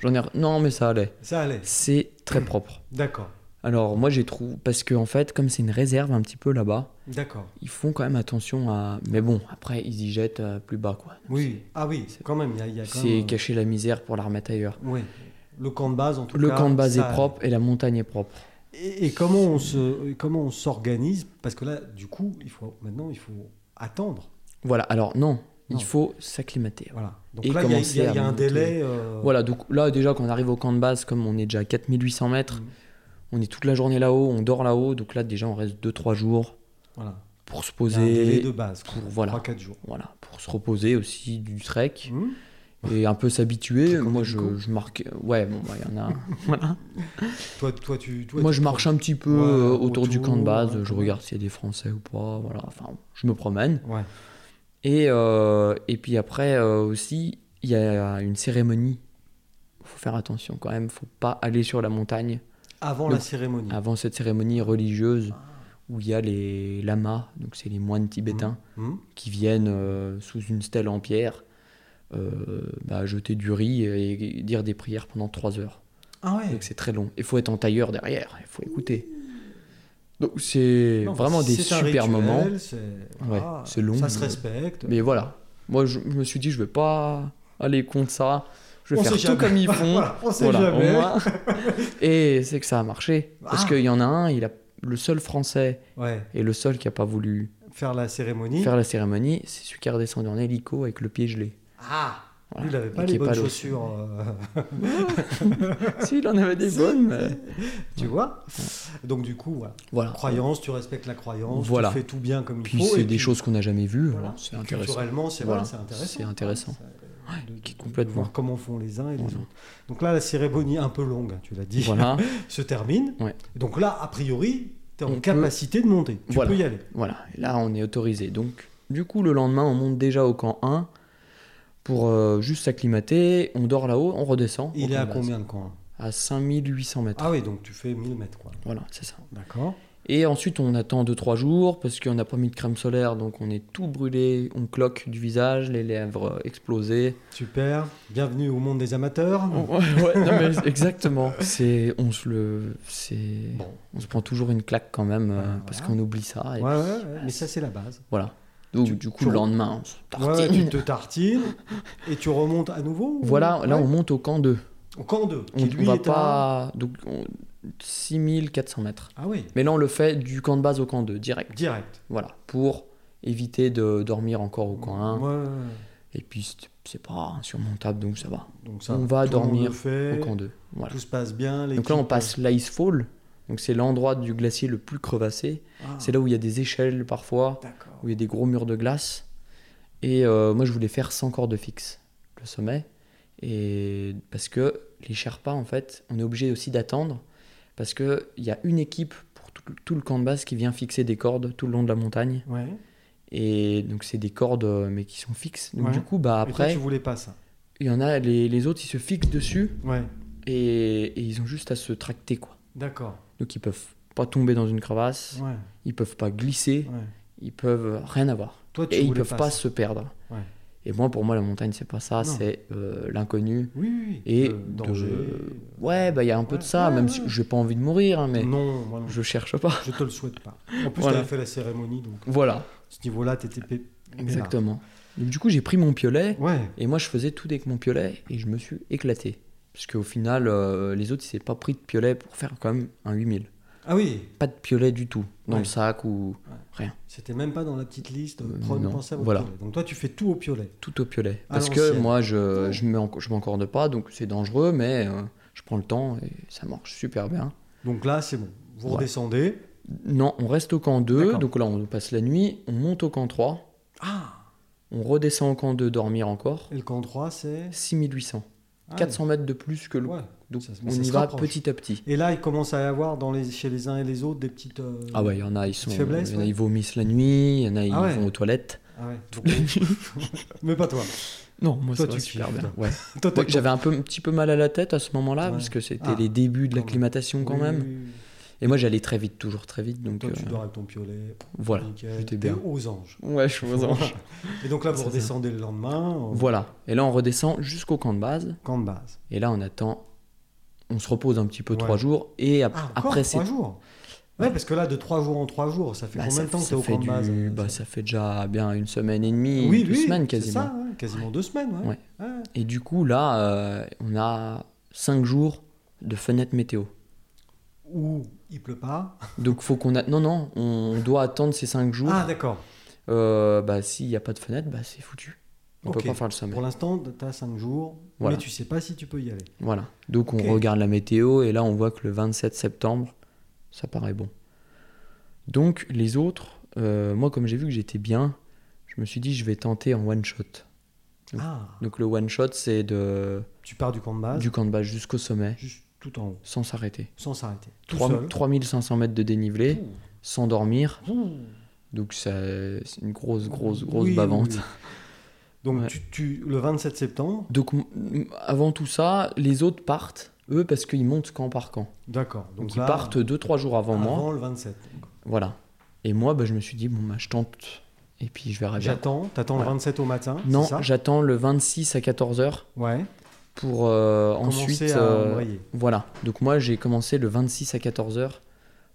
J'en ai. Non, mais ça allait. Ça allait, C'est très propre. d'accord, Alors, moi, j'ai trouvé. Parce que, en fait, comme c'est une réserve un petit peu là-bas, d'accord. ils font quand même attention à. Mais bon, après, ils y jettent euh, plus bas, quoi. Oui, ah oui, c'est- quand même, il y a, il y a quand C'est même. cacher la misère pour la remettre ailleurs. Oui. Le camp de base, en tout Le cas. camp de base ça- est propre et la montagne est propre. Et, et comment on se, comment on s'organise Parce que là, du coup, il faut maintenant, il faut attendre. Voilà, alors non, Non. il faut s'acclimater. Voilà. Donc Et là, il y a- il commencer y, a- à il y a un monter. délai. euh, Voilà, donc là déjà quand on arrive au camp de base, comme on est déjà à 4800 mètres, Mhm. on est toute la journée là-haut, on dort là-haut, donc là déjà on reste 2-3 jours voilà. pour se Il y a un délai poser, de base, pour voilà. 3-4 jours. voilà, pour se reposer aussi du trek Hmm et un peu C'est s'habituer. comme Moi le je, Nico. je marque, ouais, bon, bah, il y en a, voilà. Toi, toi, tu, toi, Moi tu je te marche un petit peu Ouais, euh, autour, du camp de autour, base, ouais, je quand regarde s'il y a des Français ou pas, voilà, enfin je me promène. prends- Ouais. Et, euh, et puis après euh, aussi, il y a une cérémonie. Faut faire attention quand même, faut pas aller sur la montagne Avant Le- la cérémonie. avant cette cérémonie religieuse où il y a les lamas, donc c'est les moines tibétains Hmm qui viennent euh, sous une stèle en pierre euh, bah, jeter du riz et dire des prières pendant trois heures. Ah ouais. Donc c'est très long. Il faut être en tailleur derrière, il faut écouter. Donc c'est Non, vraiment des c'est un super rituel, moments. C'est voilà, Ouais, c'est long, Ça se mais- respecte. Mais voilà, moi je, je me suis dit je vais pas aller contre ça. Je vais On faire sait tout jamais. comme ils font. Voilà, on sait Voilà, au jamais. moins. Et c'est que ça a marché. Parce Ah. qu'il y en a un, il a le seul français Ouais. et le seul qui a pas voulu Faire la cérémonie. faire la cérémonie, c'est celui qui est redescendu en hélico avec le pied gelé. Ah Voilà. Lui, il n'avait pas Et qui les est bonnes l'autre. chaussures. euh, si, il en avait des Si. bonnes. mais- tu vois Donc, du coup, voilà. Voilà. croyance, tu respectes la croyance, Voilà. tu fais tout bien comme il Puis faut. c'est et des puis, choses qu'on n'a jamais vues. voilà, alors C'est intéressant. Culturellement, c'est Voilà. voilà, c'est intéressant. C'est intéressant. C'est, euh, de- de- qui est de complètement- voir comment font les uns et les Voilà. autres. Donc là, la cérémonie un peu longue, hein, tu l'as dit, Voilà. se termine. Ouais. Donc là, a priori, tu es en On peut- capacité de monter. Tu Voilà. peux y aller. Voilà, et là on est autorisé. Donc, du coup, le lendemain, on monte déjà au camp 1 pour euh, juste s'acclimater. On dort là-haut, on redescend. au Il est camp à de base. combien de camps À 5800 mètres. Ah oui, donc tu fais 1000 mètres. Quoi. Voilà, c'est ça. D'accord. Et ensuite, on attend 2-3 jours parce qu'on n'a pas mis de crème solaire, donc on est tout brûlé, on cloque du visage, les lèvres euh, explosées. Super. Bienvenue au monde des amateurs. Ouais, ouais, non, mais exactement. C'est, on se le, c'est, Bon. on se prend toujours une claque quand même euh, Voilà. parce qu'on oublie ça. et Ouais, ouais, ouais, mais ça, c'est la base. Voilà. Donc, Tu- du coup, tu- le lendemain, on se Ouais, tartine. tu te tartines et tu remontes à nouveau. ou- Voilà, là Ouais. on monte au camp 2. au camp 2. On, on va pas. Donc, on- 6400 mètres. Ah oui, Mais là on le fait du camp de base au camp 2, direct. direct. Voilà, pour éviter de dormir encore au camp 1. Ouais, ouais, ouais. Et puis c'est- c'est pas insurmontable donc ça va. Donc ça, On va tout le monde dormir le fait, Au camp 2. Voilà. Tout se passe bien. Donc l'équipe- là on passe l'icefall. Donc c'est l'endroit du glacier le plus crevassé. Ah, C'est là où il y a des échelles parfois, D'accord. où il y a des gros murs de glace. Et euh, moi je voulais faire sans corde fixe le sommet. Et parce que les Sherpas en fait, on est obligé aussi d'attendre parce que il y a une équipe pour tout, tout le camp de base qui vient fixer des cordes tout le long de la montagne. Ouais. Et donc c'est des cordes euh, mais qui sont fixes. Donc Ouais. du coup bah Après, toi, après tu voulais pas ça. il y en a les, les autres ils se fixent dessus Ouais. et, et ils ont juste à se tracter quoi. D'accord. Donc ils peuvent pas tomber dans une crevasse, Ouais. ils peuvent pas glisser, ouais. ils peuvent rien avoir Toi, tu et ils voulais peuvent pas, ça. se perdre. Ouais. Et moi pour moi la montagne c'est pas ça, Non. c'est euh, l'inconnu. Oui, oui, oui. Et Le de- danger. Ouais bah il y a un peu Ouais, de ça ouais, même ouais. si j'ai pas envie de mourir hein, mais Non, moi, non, je... je cherche pas. te le souhaite pas. En plus, tu Voilà. avais fait la cérémonie, donc Voilà à ce niveau-là, t'étais pé... exactement. Donc, du coup j'ai pris mon piolet Ouais. et moi je faisais tout avec mon piolet et je me suis éclaté. Parce qu'au final, euh, les autres, ils s'étaient pas pris de piolet pour faire quand même un 8000. Ah oui, pas de piolet du tout dans Ouais. le sac ou c'était même pas dans la petite liste. Euh, prendre- non, pensez à votre voilà. piolet. Donc toi, tu fais tout au piolet. tout au piolet. À Parce que l'ancienne. moi, je je m'en- je m'encorde pas, donc c'est dangereux, mais euh, je prends le temps et ça marche super bien. Donc là, c'est bon. Vous Ouais. redescendez. Non, on reste au camp 2, D'accord. donc là on passe la nuit, on monte au camp 3, Ah on redescend au camp 2 dormir encore. Et le camp 3, c'est 6800, Ah, 400 mètres de plus que le. ouais. Donc ça se- mais on ça y se va rapproche. petit à petit. Et là, il commence à y avoir dans les... chez les uns et les autres des petites. euh, Ah ouais, il y en a, ils sont. faiblesse, il y en a, ouais. ils vomissent la nuit, il y en a, ils Ah ouais. vont aux toilettes. Ah ouais. euh, Mais pas toi. Non, moi Toi, ça tu va kiffes, super bien. toi. Ouais. Toi, t'es Ouais, J'avais un, peu, un petit peu mal à la tête à ce moment-là, Ouais. parce que c'était Ah, les débuts de quand même. l'acclimatation quand Oui, même. oui, oui. Et moi j'allais très vite, toujours très vite, donc Toi, euh, tu dors avec ton piolet. voilà. nickel. j'étais T'es bien. aux anges. Ouais, je suis aux anges. Et donc là, vous C'est ça. redescendez le lendemain. Au voilà. Et là on redescend jusqu'au camp de base, camp de base. et là on attend, on se repose un petit peu Ouais. trois jours, et ap- Ah, encore après c'est... trois jours. Ouais, parce que là, de trois jours en trois jours, ça fait Bah, combien ça, de temps que ça t'es au fait camp de base hein, du- bah, ça fait déjà bien une semaine et demie, Oui, deux oui, semaines c'est quasiment. ça, ouais, quasiment deux semaines, ouais. Ouais. Ouais. Et du coup là, euh, on a cinq jours de fenêtre météo. Ou il pleut pas. Donc faut qu'on a... Non, non, on doit attendre ces cinq jours. Ah, d'accord. euh, bah, s'il n'y a pas de fenêtre, bah, c'est foutu. On Ok. peut pas faire le sommet. Pour l'instant, tu as 5 jours, Voilà. mais tu sais pas si tu peux y aller. Voilà. Donc on Ok. regarde la météo et là on voit que le 27 septembre, ça paraît bon. Donc les autres, euh, moi comme j'ai vu que j'étais bien, je me suis dit je vais tenter en one shot. Donc- Ah, Donc le one shot c'est de tu pars du camp de base, du camp de base jusqu'au sommet juste tout en haut, sans s'arrêter. sans s'arrêter. Tout Trois- seul. 3500 mètres de dénivelé, Ouh. sans dormir. Ouh. Donc ça- c'est une grosse, grosse, grosse Oui, oui, bavante. oui. Donc Ouais. tu, tu- le 27 septembre, Donc m- avant tout ça, les autres partent, eux, parce qu'ils montent camp par camp. d'accord. Donc, Donc, ils là, partent 2-3 jours avant avant moi. Ah, le 27. Voilà. Et moi, bah, je me suis dit, bon, bah, je tente. Et puis, je verrai bien. J'attends, t'attends Voilà. le 27 au matin, Non, c'est ça j'attends le 26 à 14h Ouais. pour euh, ensuite. Commencer à euh, embrayer. voilà. Donc, moi, j'ai commencé le 26 à 14h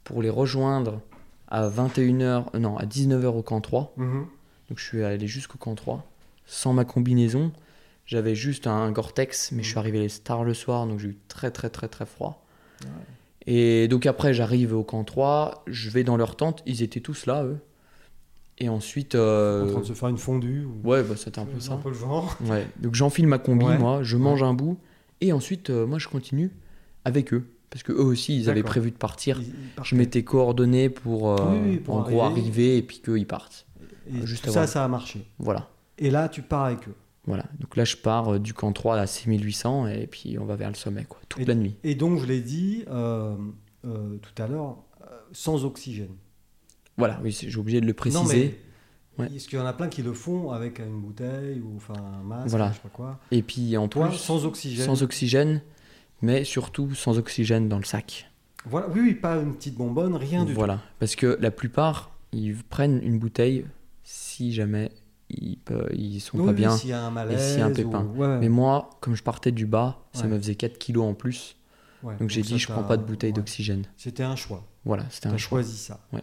pour les rejoindre à 21h. euh, Non, à 19h au camp 3. Mhm. Donc, je suis allé jusqu'au camp 3 sans ma combinaison. J'avais juste un Gore-Tex, mais je Mm. suis arrivé les stars le soir, donc j'ai eu très, très, très, très froid. Et donc après, j'arrive au camp 3, je vais dans leur tente, ils étaient tous là, eux. Et ensuite. euh, En train de se faire une fondue ou Ouais, bah, c'était un peu ça. le genre. Ouais. Donc j'enfile ma combi, Ouais. moi, je mange un bout, et ensuite, euh, moi, je continue avec eux. Parce que eux aussi, ils avaient D'accord. prévu de partir. Ils- ils partent. Je m'étais coordonné pour, euh, Oui, oui, pour en gros arriver. arriver et puis qu'eux, ils partent. Et juste tout avant. ça, ça a marché. Voilà. Et là, tu pars avec eux. Voilà, donc là je pars euh, du camp 3 à 6800 et puis on va vers le sommet, quoi, toute Et- la nuit. Et donc, je l'ai dit euh, euh, tout à l'heure, euh, sans oxygène. Voilà, oui, c'est- j'ai oublié de le préciser. Non, mais Ouais. Parce qu'il y en a plein qui le font avec une bouteille ou enfin un masque, Voilà. je sais pas quoi. Et puis en Toi, plus, sans oxygène. sans oxygène, mais surtout sans oxygène dans le sac. Voilà. Oui, oui, pas une petite bonbonne, rien du voilà, parce que la plupart, ils prennent une bouteille si jamais ils, pe- ils sont tout. Oui, pas oui, bien. S'il y a un et malaise. s'il y a un pépin. ou- ouais, Mais moi, comme je partais du bas, ça Ouais. me faisait 4 kilos en plus. ouais. Donc j'ai ça, dit, je t'as- prends pas de bouteille ouais. d'oxygène. C'était un choix. Voilà, c'était T'as un choix. choisi ça. Ouais.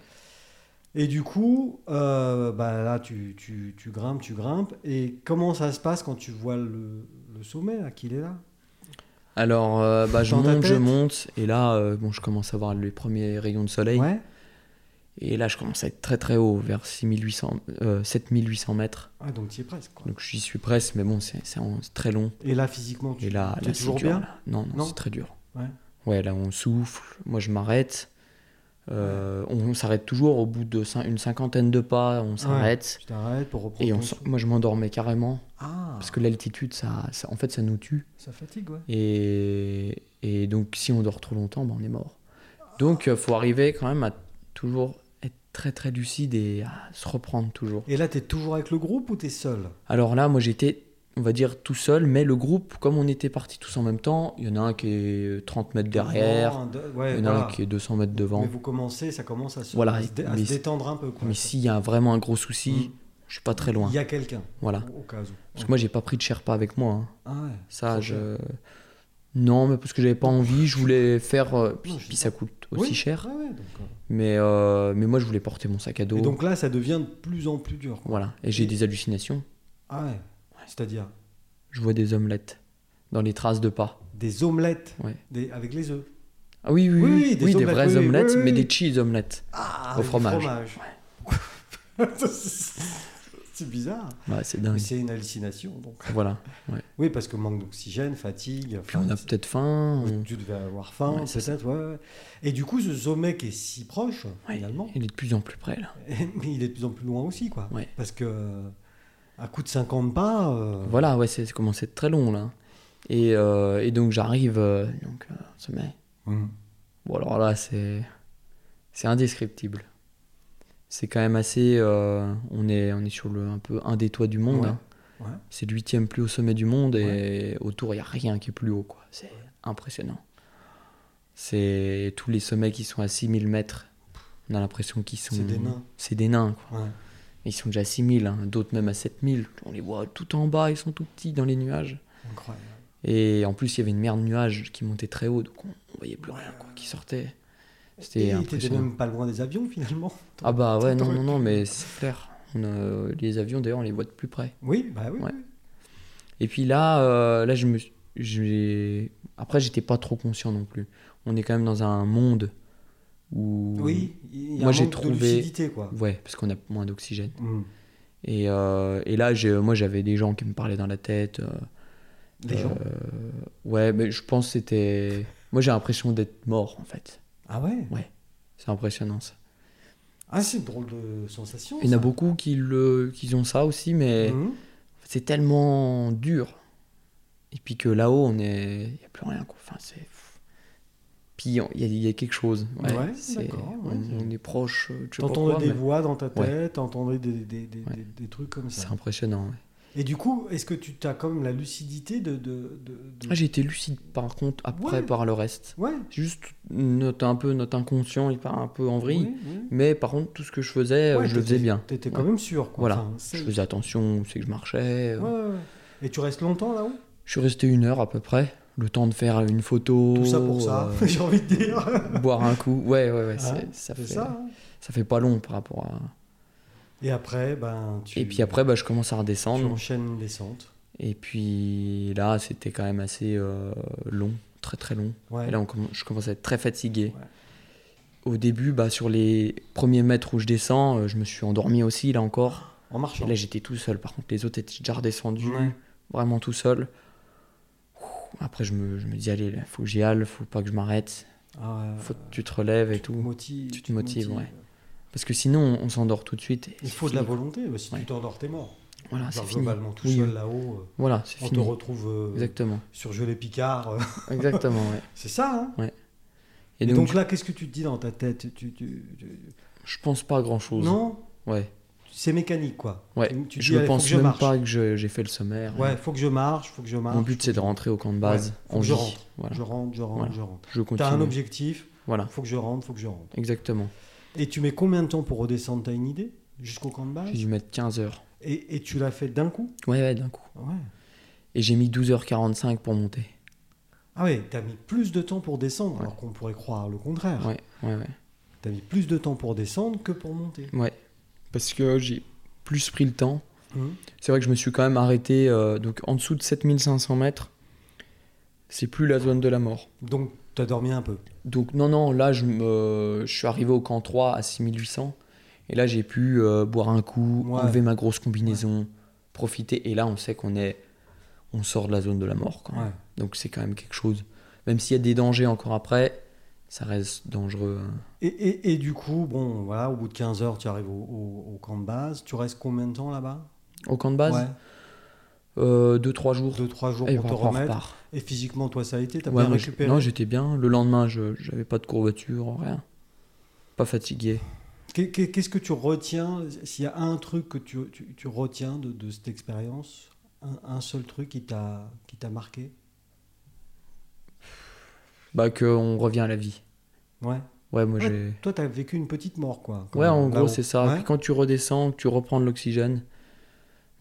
Et du coup, euh, bah là, tu, tu- tu grimpes, tu grimpes. Et comment ça se passe quand tu vois le, le sommet, là, qu'il est là Alors, euh, bah, je Dans ta monte, je tête monte, et là, euh, bon, je commence à voir les premiers rayons de soleil. Ouais. Et là, je commence à être très très haut, vers 6800, euh, 7800 mètres. Ah, donc tu es presque. quoi. Donc j'y suis presque, mais bon, c'est c'est en- c'est très long. Et là, physiquement, tu Mm. Et là, t'es là, c'est toujours dur. bien là. Non, non, Non c'est très dur. Ouais. Ouais, là, on souffle. Moi, je m'arrête. Euh, on on s'arrête toujours au bout de cin- une cinquantaine de pas, on s'arrête. Tu t'arrêtes pour reprendre Et on ton s'en- souffle. moi, je m'endormais carrément. Ah, Parce que l'altitude, ça, ça- en fait, ça nous tue. ça fatigue, ouais. Et, et donc, si on dort trop longtemps, ben, on est mort. Donc, euh, faut arriver quand même à toujours être très très lucide et à se reprendre toujours. Et là, tu es toujours avec le groupe ou tu es seul Alors là, moi j'étais, on va dire, tout seul, mais le groupe, comme on était partis tous en même temps, il y en a un qui est 30 mètres derrière, Un, deux- il ouais, y en a voilà. un qui est 200 mètres Mais devant. vous commencez, ça commence à se, Voilà, à se dé- à mais- se détendre un peu. Quoi. Mais s'il y a vraiment un gros souci, Mm. je suis pas très loin. Il y a quelqu'un, Voilà. au cas où. Parce que moi j'ai pas pris de Sherpa avec moi. hein. Ah ouais. Ça, Trop je. Non, mais parce que j'avais pas envie, je voulais faire. euh, Puis, Non, je sais puis ça coûte aussi Oui. cher. Ah ouais, donc, euh, Mais, euh, mais moi je voulais porter mon sac à dos. Et donc là, ça devient de plus en plus dur. quoi. Voilà. Et j'ai Et- des hallucinations. Ah ouais. C'est-à-dire Je vois des omelettes dans les traces de pas. des omelettes Ouais. des- avec les œufs. Ah oui, oui, Oui, oui, oui, des Oui, omelettes, vraies oui, oui, omelettes, oui, mais oui. des cheese omelettes. Ah, Au avec du fromage. c'est bizarre. Ouais, c'est Mais dingue. c'est une hallucination. Donc. Voilà. Oui, parce que manque d'oxygène, fatigue. Puis enfin, on a c'est- peut-être faim. on- Tu devais avoir faim, Ouais, c'est peut-être. ouais, ouais. Et du coup, ce sommet qui est si proche, Ouais, finalement, Il est de plus en plus près là. mais il est de plus en plus loin aussi. quoi. Ouais. Parce que euh, à coup de 50 pas, euh, Voilà, ouais, c'est c'est commencé à être très long là. Et, euh, et donc j'arrive euh, donc euh, au sommet. hum, Bon alors là c'est c'est indescriptible. C'est quand même assez. euh, on est on est sur le un peu un des toits du monde. Ouais. hein. Ouais. C'est le huitième plus haut sommet du monde et autour il y a rien qui est plus haut quoi. C'est impressionnant. C'est tous les sommets qui sont à 6000 mètres. On a l'impression qu'ils sont. c'est des nains. C'est des nains quoi. Ouais. Ils sont déjà à 6000, hein, d'autres même à 7000. On les voit tout en bas, ils sont tout petits dans les nuages. Incroyable. Et en plus, il y avait une mer de nuages qui montait très haut, donc on, on voyait plus rien quoi, qui sortait. C'était Et t'étais impressionnant. même pas loin des avions, finalement. Ah bah ouais, non, t'aurais non, non, mais c'est clair. On a- les avions, d'ailleurs, on les voit de plus près. Oui, bah oui. Ouais. oui. Et puis là, euh, là je me, suis- j'ai- après, j'étais pas trop conscient non plus. On est quand même dans un monde où. Oui, il y a Moi, un j'ai manque de trouvé- Mmh. lucidité, quoi. Ouais, parce qu'on a moins d'oxygène. Mm. Et, euh, et là, j'ai- moi, j'avais des gens qui me parlaient dans la tête. euh, Les gens. euh, Ouais, mais je pense que c'était. Moi, j'ai l'impression d'être mort, en fait. Ah ouais C'est impressionnant, ça. Ah, c'est une drôle de sensation. Il y en a ça. beaucoup qui, le... qui ont ça aussi, mais Mhm. c'est tellement dur. Et puis que là-haut, on est. Il n'y a plus rien, quoi. Enfin, c'est. Puis on- il y, a- il y a quelque chose. Ouais, c'est- d'accord, ouais, on, c'est- on est proche. euh, Je sais pas T'entendais pourquoi, des mais voix dans ta Ouais. tête, t'entendais des, des, des, Ouais. des- des trucs comme ça. C'est impressionnant. ouais. Et du coup, est-ce que tu as quand même la lucidité de. de, de, de- Ah, j'ai été lucide, par contre, après, Ouais. par le reste. Ouais. Juste notre, un peu notre inconscient, il part un peu en vrille. Oui, oui. Mais par contre, tout ce que je faisais, euh, Ouais, je le t'étais- faisais bien. T'étais quand Ouais. même sûr. Quoi. Voilà. Enfin, c'est- Je faisais attention, c'est que je marchais. euh. Ouais, ouais, ouais. Et tu restes longtemps là-haut Je suis resté une heure à peu près, le temps de faire une photo. Tout ça pour ça, euh, j'ai envie de dire. boire un coup. Ouais, ouais, ouais. c'est- Hein, ça, C'est fait, ça. ça. hein. fait pas long par rapport à. Et après, ben, tu, Et puis après, bah, je commence à tu redescendre. enchaînes une descente. Et puis là, c'était quand même assez euh, long, très très long. Ouais. Et là, on comm- je commence à être très fatigué. Ouais. Au début, bah, sur les premiers mètres où je descends, euh, je me suis endormi aussi, là encore. En Et marchant. là, j'étais tout seul. Par contre, les autres étaient déjà redescendus, Ah, Ouais. vraiment tout seul. Ouh, Après, je me, je me dis, allez, là, faut que j'y aille, faut pas que je m'arrête, Ah, faut que tu te relèves et tout. motives, tu te motives, ouais. Parce que sinon, on, on s'endort tout de suite. et Il c'est faut de la fini. volonté. mais Si Ouais. tu t'endors, t'es mort. Voilà, Genre, c'est fini. globalement, tout Oui, seul oui. là-haut, euh, Voilà, c'est on fini. te retrouve euh, Exactement, sur Gelé Picard. euh, exactement, ouais. C'est ça. hein Et, Et donc, donc, là, qu'est-ce que tu te dis dans ta tête Tu- tu- tu- tu- je, je pense pas à grand chose. Non, Ouais. c'est mécanique, quoi. Ouais, Tu, tu je dis, ne allez, faut pense que je même marche. pas que je- j'ai fait le sommaire. Ouais, faut que je marche, faut que je marche. Mon but c'est de rentrer au camp de base. Ouais, faut on que je vit. rentre. Voilà. Je rentre, je rentre, Voilà. je rentre. Je continue. T'as un objectif, Voilà, faut que je rentre, faut que je rentre. exactement. Et tu mets combien de temps pour redescendre T'as une idée Jusqu'au camp de base J'ai dû mettre 15 heures. et, et tu l'as fait d'un coup Ouais, ouais, d'un coup. Ouais. Et j'ai mis 12h45 pour monter. Ah ouais, t'as mis plus de temps pour descendre, Ouais. alors qu'on pourrait croire le contraire. Ouais, ouais, ouais. T'as mis plus de temps pour descendre que pour monter. Ouais. Parce que j'ai plus pris le temps. Mhm. C'est vrai que je me suis quand même arrêté. euh, donc en dessous de 7500 mètres, c'est plus la zone de la mort. Donc t'as dormi un peu. Donc non, non, là je, me... je suis arrivé au camp 3 à 6800. Et là j'ai pu euh, boire un coup, Ouais. enlever ma grosse combinaison, profiter. Et là on sait qu'on est... On sort de la zone de la mort. Quand même. Ouais. Donc c'est quand même quelque chose. Même s'il y a des dangers encore après, ça reste dangereux. hein. Et, et- et du coup, bon, voilà, au bout de 15 heures, tu arrives au, au- au camp de base. Tu restes combien de temps là-bas Au camp de base, Eh Ouais. 2-3 jours. Deux, trois jours et pour te après, on remettre. repart. Et physiquement, toi, ça a été T'as Ouais, bien moi, je- récupéré Non, j'étais bien. Le lendemain, je j'avais pas de courbature, rien. Pas fatigué. Qu'est- qu'est- Qu'est-ce que tu retiens S'il y a un truc que tu, tu- tu retiens de, de cette expérience, un, un seul truc qui t'a qui t'a marqué Bah qu'on revient à la vie. Ouais. Ouais, moi Ouais, j'ai... Toi, t'as vécu une petite mort, quoi. quand Ouais, même, en là-haut. gros, c'est ça. Ouais. Puis quand tu redescends, que tu reprends de l'oxygène,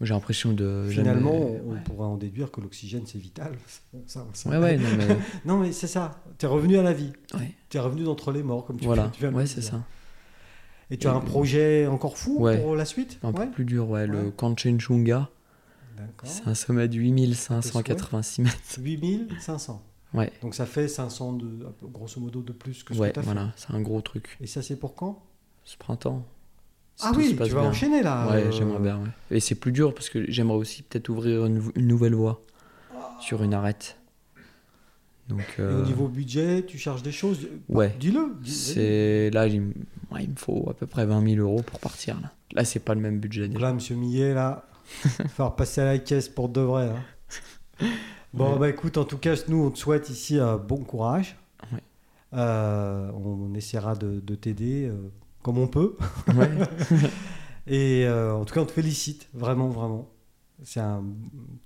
moi, j'ai l'impression de. jamais- Finalement, on Ouais, pourrait en déduire que l'oxygène, c'est vital. Bon, ça, on sait. ouais, ouais, non, mais. Non, mais c'est ça. T'es revenu à la vie. ouais, T'es revenu d'entre les morts, comme tu, voilà. tu viens de ouais, le c'est dire. ça. Et tu as un projet encore fou Ouais. pour la suite Un peu Ouais. plus dur, ouais. Le Ouais. Kanchenjunga, D'accord. c'est un sommet de 8586 mètres. 8500. Ouais. Donc ça fait 500, de, grosso modo, de plus que ce Ouais, que t'as fait. voilà, c'est un gros truc. Et ça, c'est pour quand Ce printemps. si Ah tout se oui, passe tu vas bien. enchaîner là. Ouais, euh, j'aimerais bien, ouais. Et c'est plus dur parce que j'aimerais aussi peut-être ouvrir une, une nouvelle voie sur une arête. Donc. Et euh, au niveau budget, tu charges des choses Ouais. Dis-le. dis- C'est là, il, m- ouais, il me faut à peu près 20 000 euros pour partir. Là, là c'est pas le même budget. Donc déjà. là, monsieur Millet, là, il va falloir passer à la caisse pour de vrai. hein. Bon, Ouais. bah écoute, en tout cas, nous, on te souhaite ici euh, bon courage. Ouais. Euh, on essaiera de, de t'aider euh, comme on peut. Ouais. Et euh, en tout cas, on te félicite, vraiment, vraiment. C'est un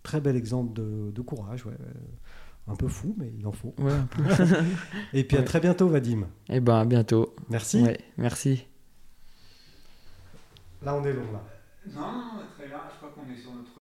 très bel exemple de, de courage. ouais. Un peu fou, mais il en faut. Ouais, un peu. Et puis à Ouais. très bientôt, Vadim. Eh ben, à bientôt. Merci. Ouais, merci. Là, on est long, là. Non, non, non, très large, je crois qu'on est sur notre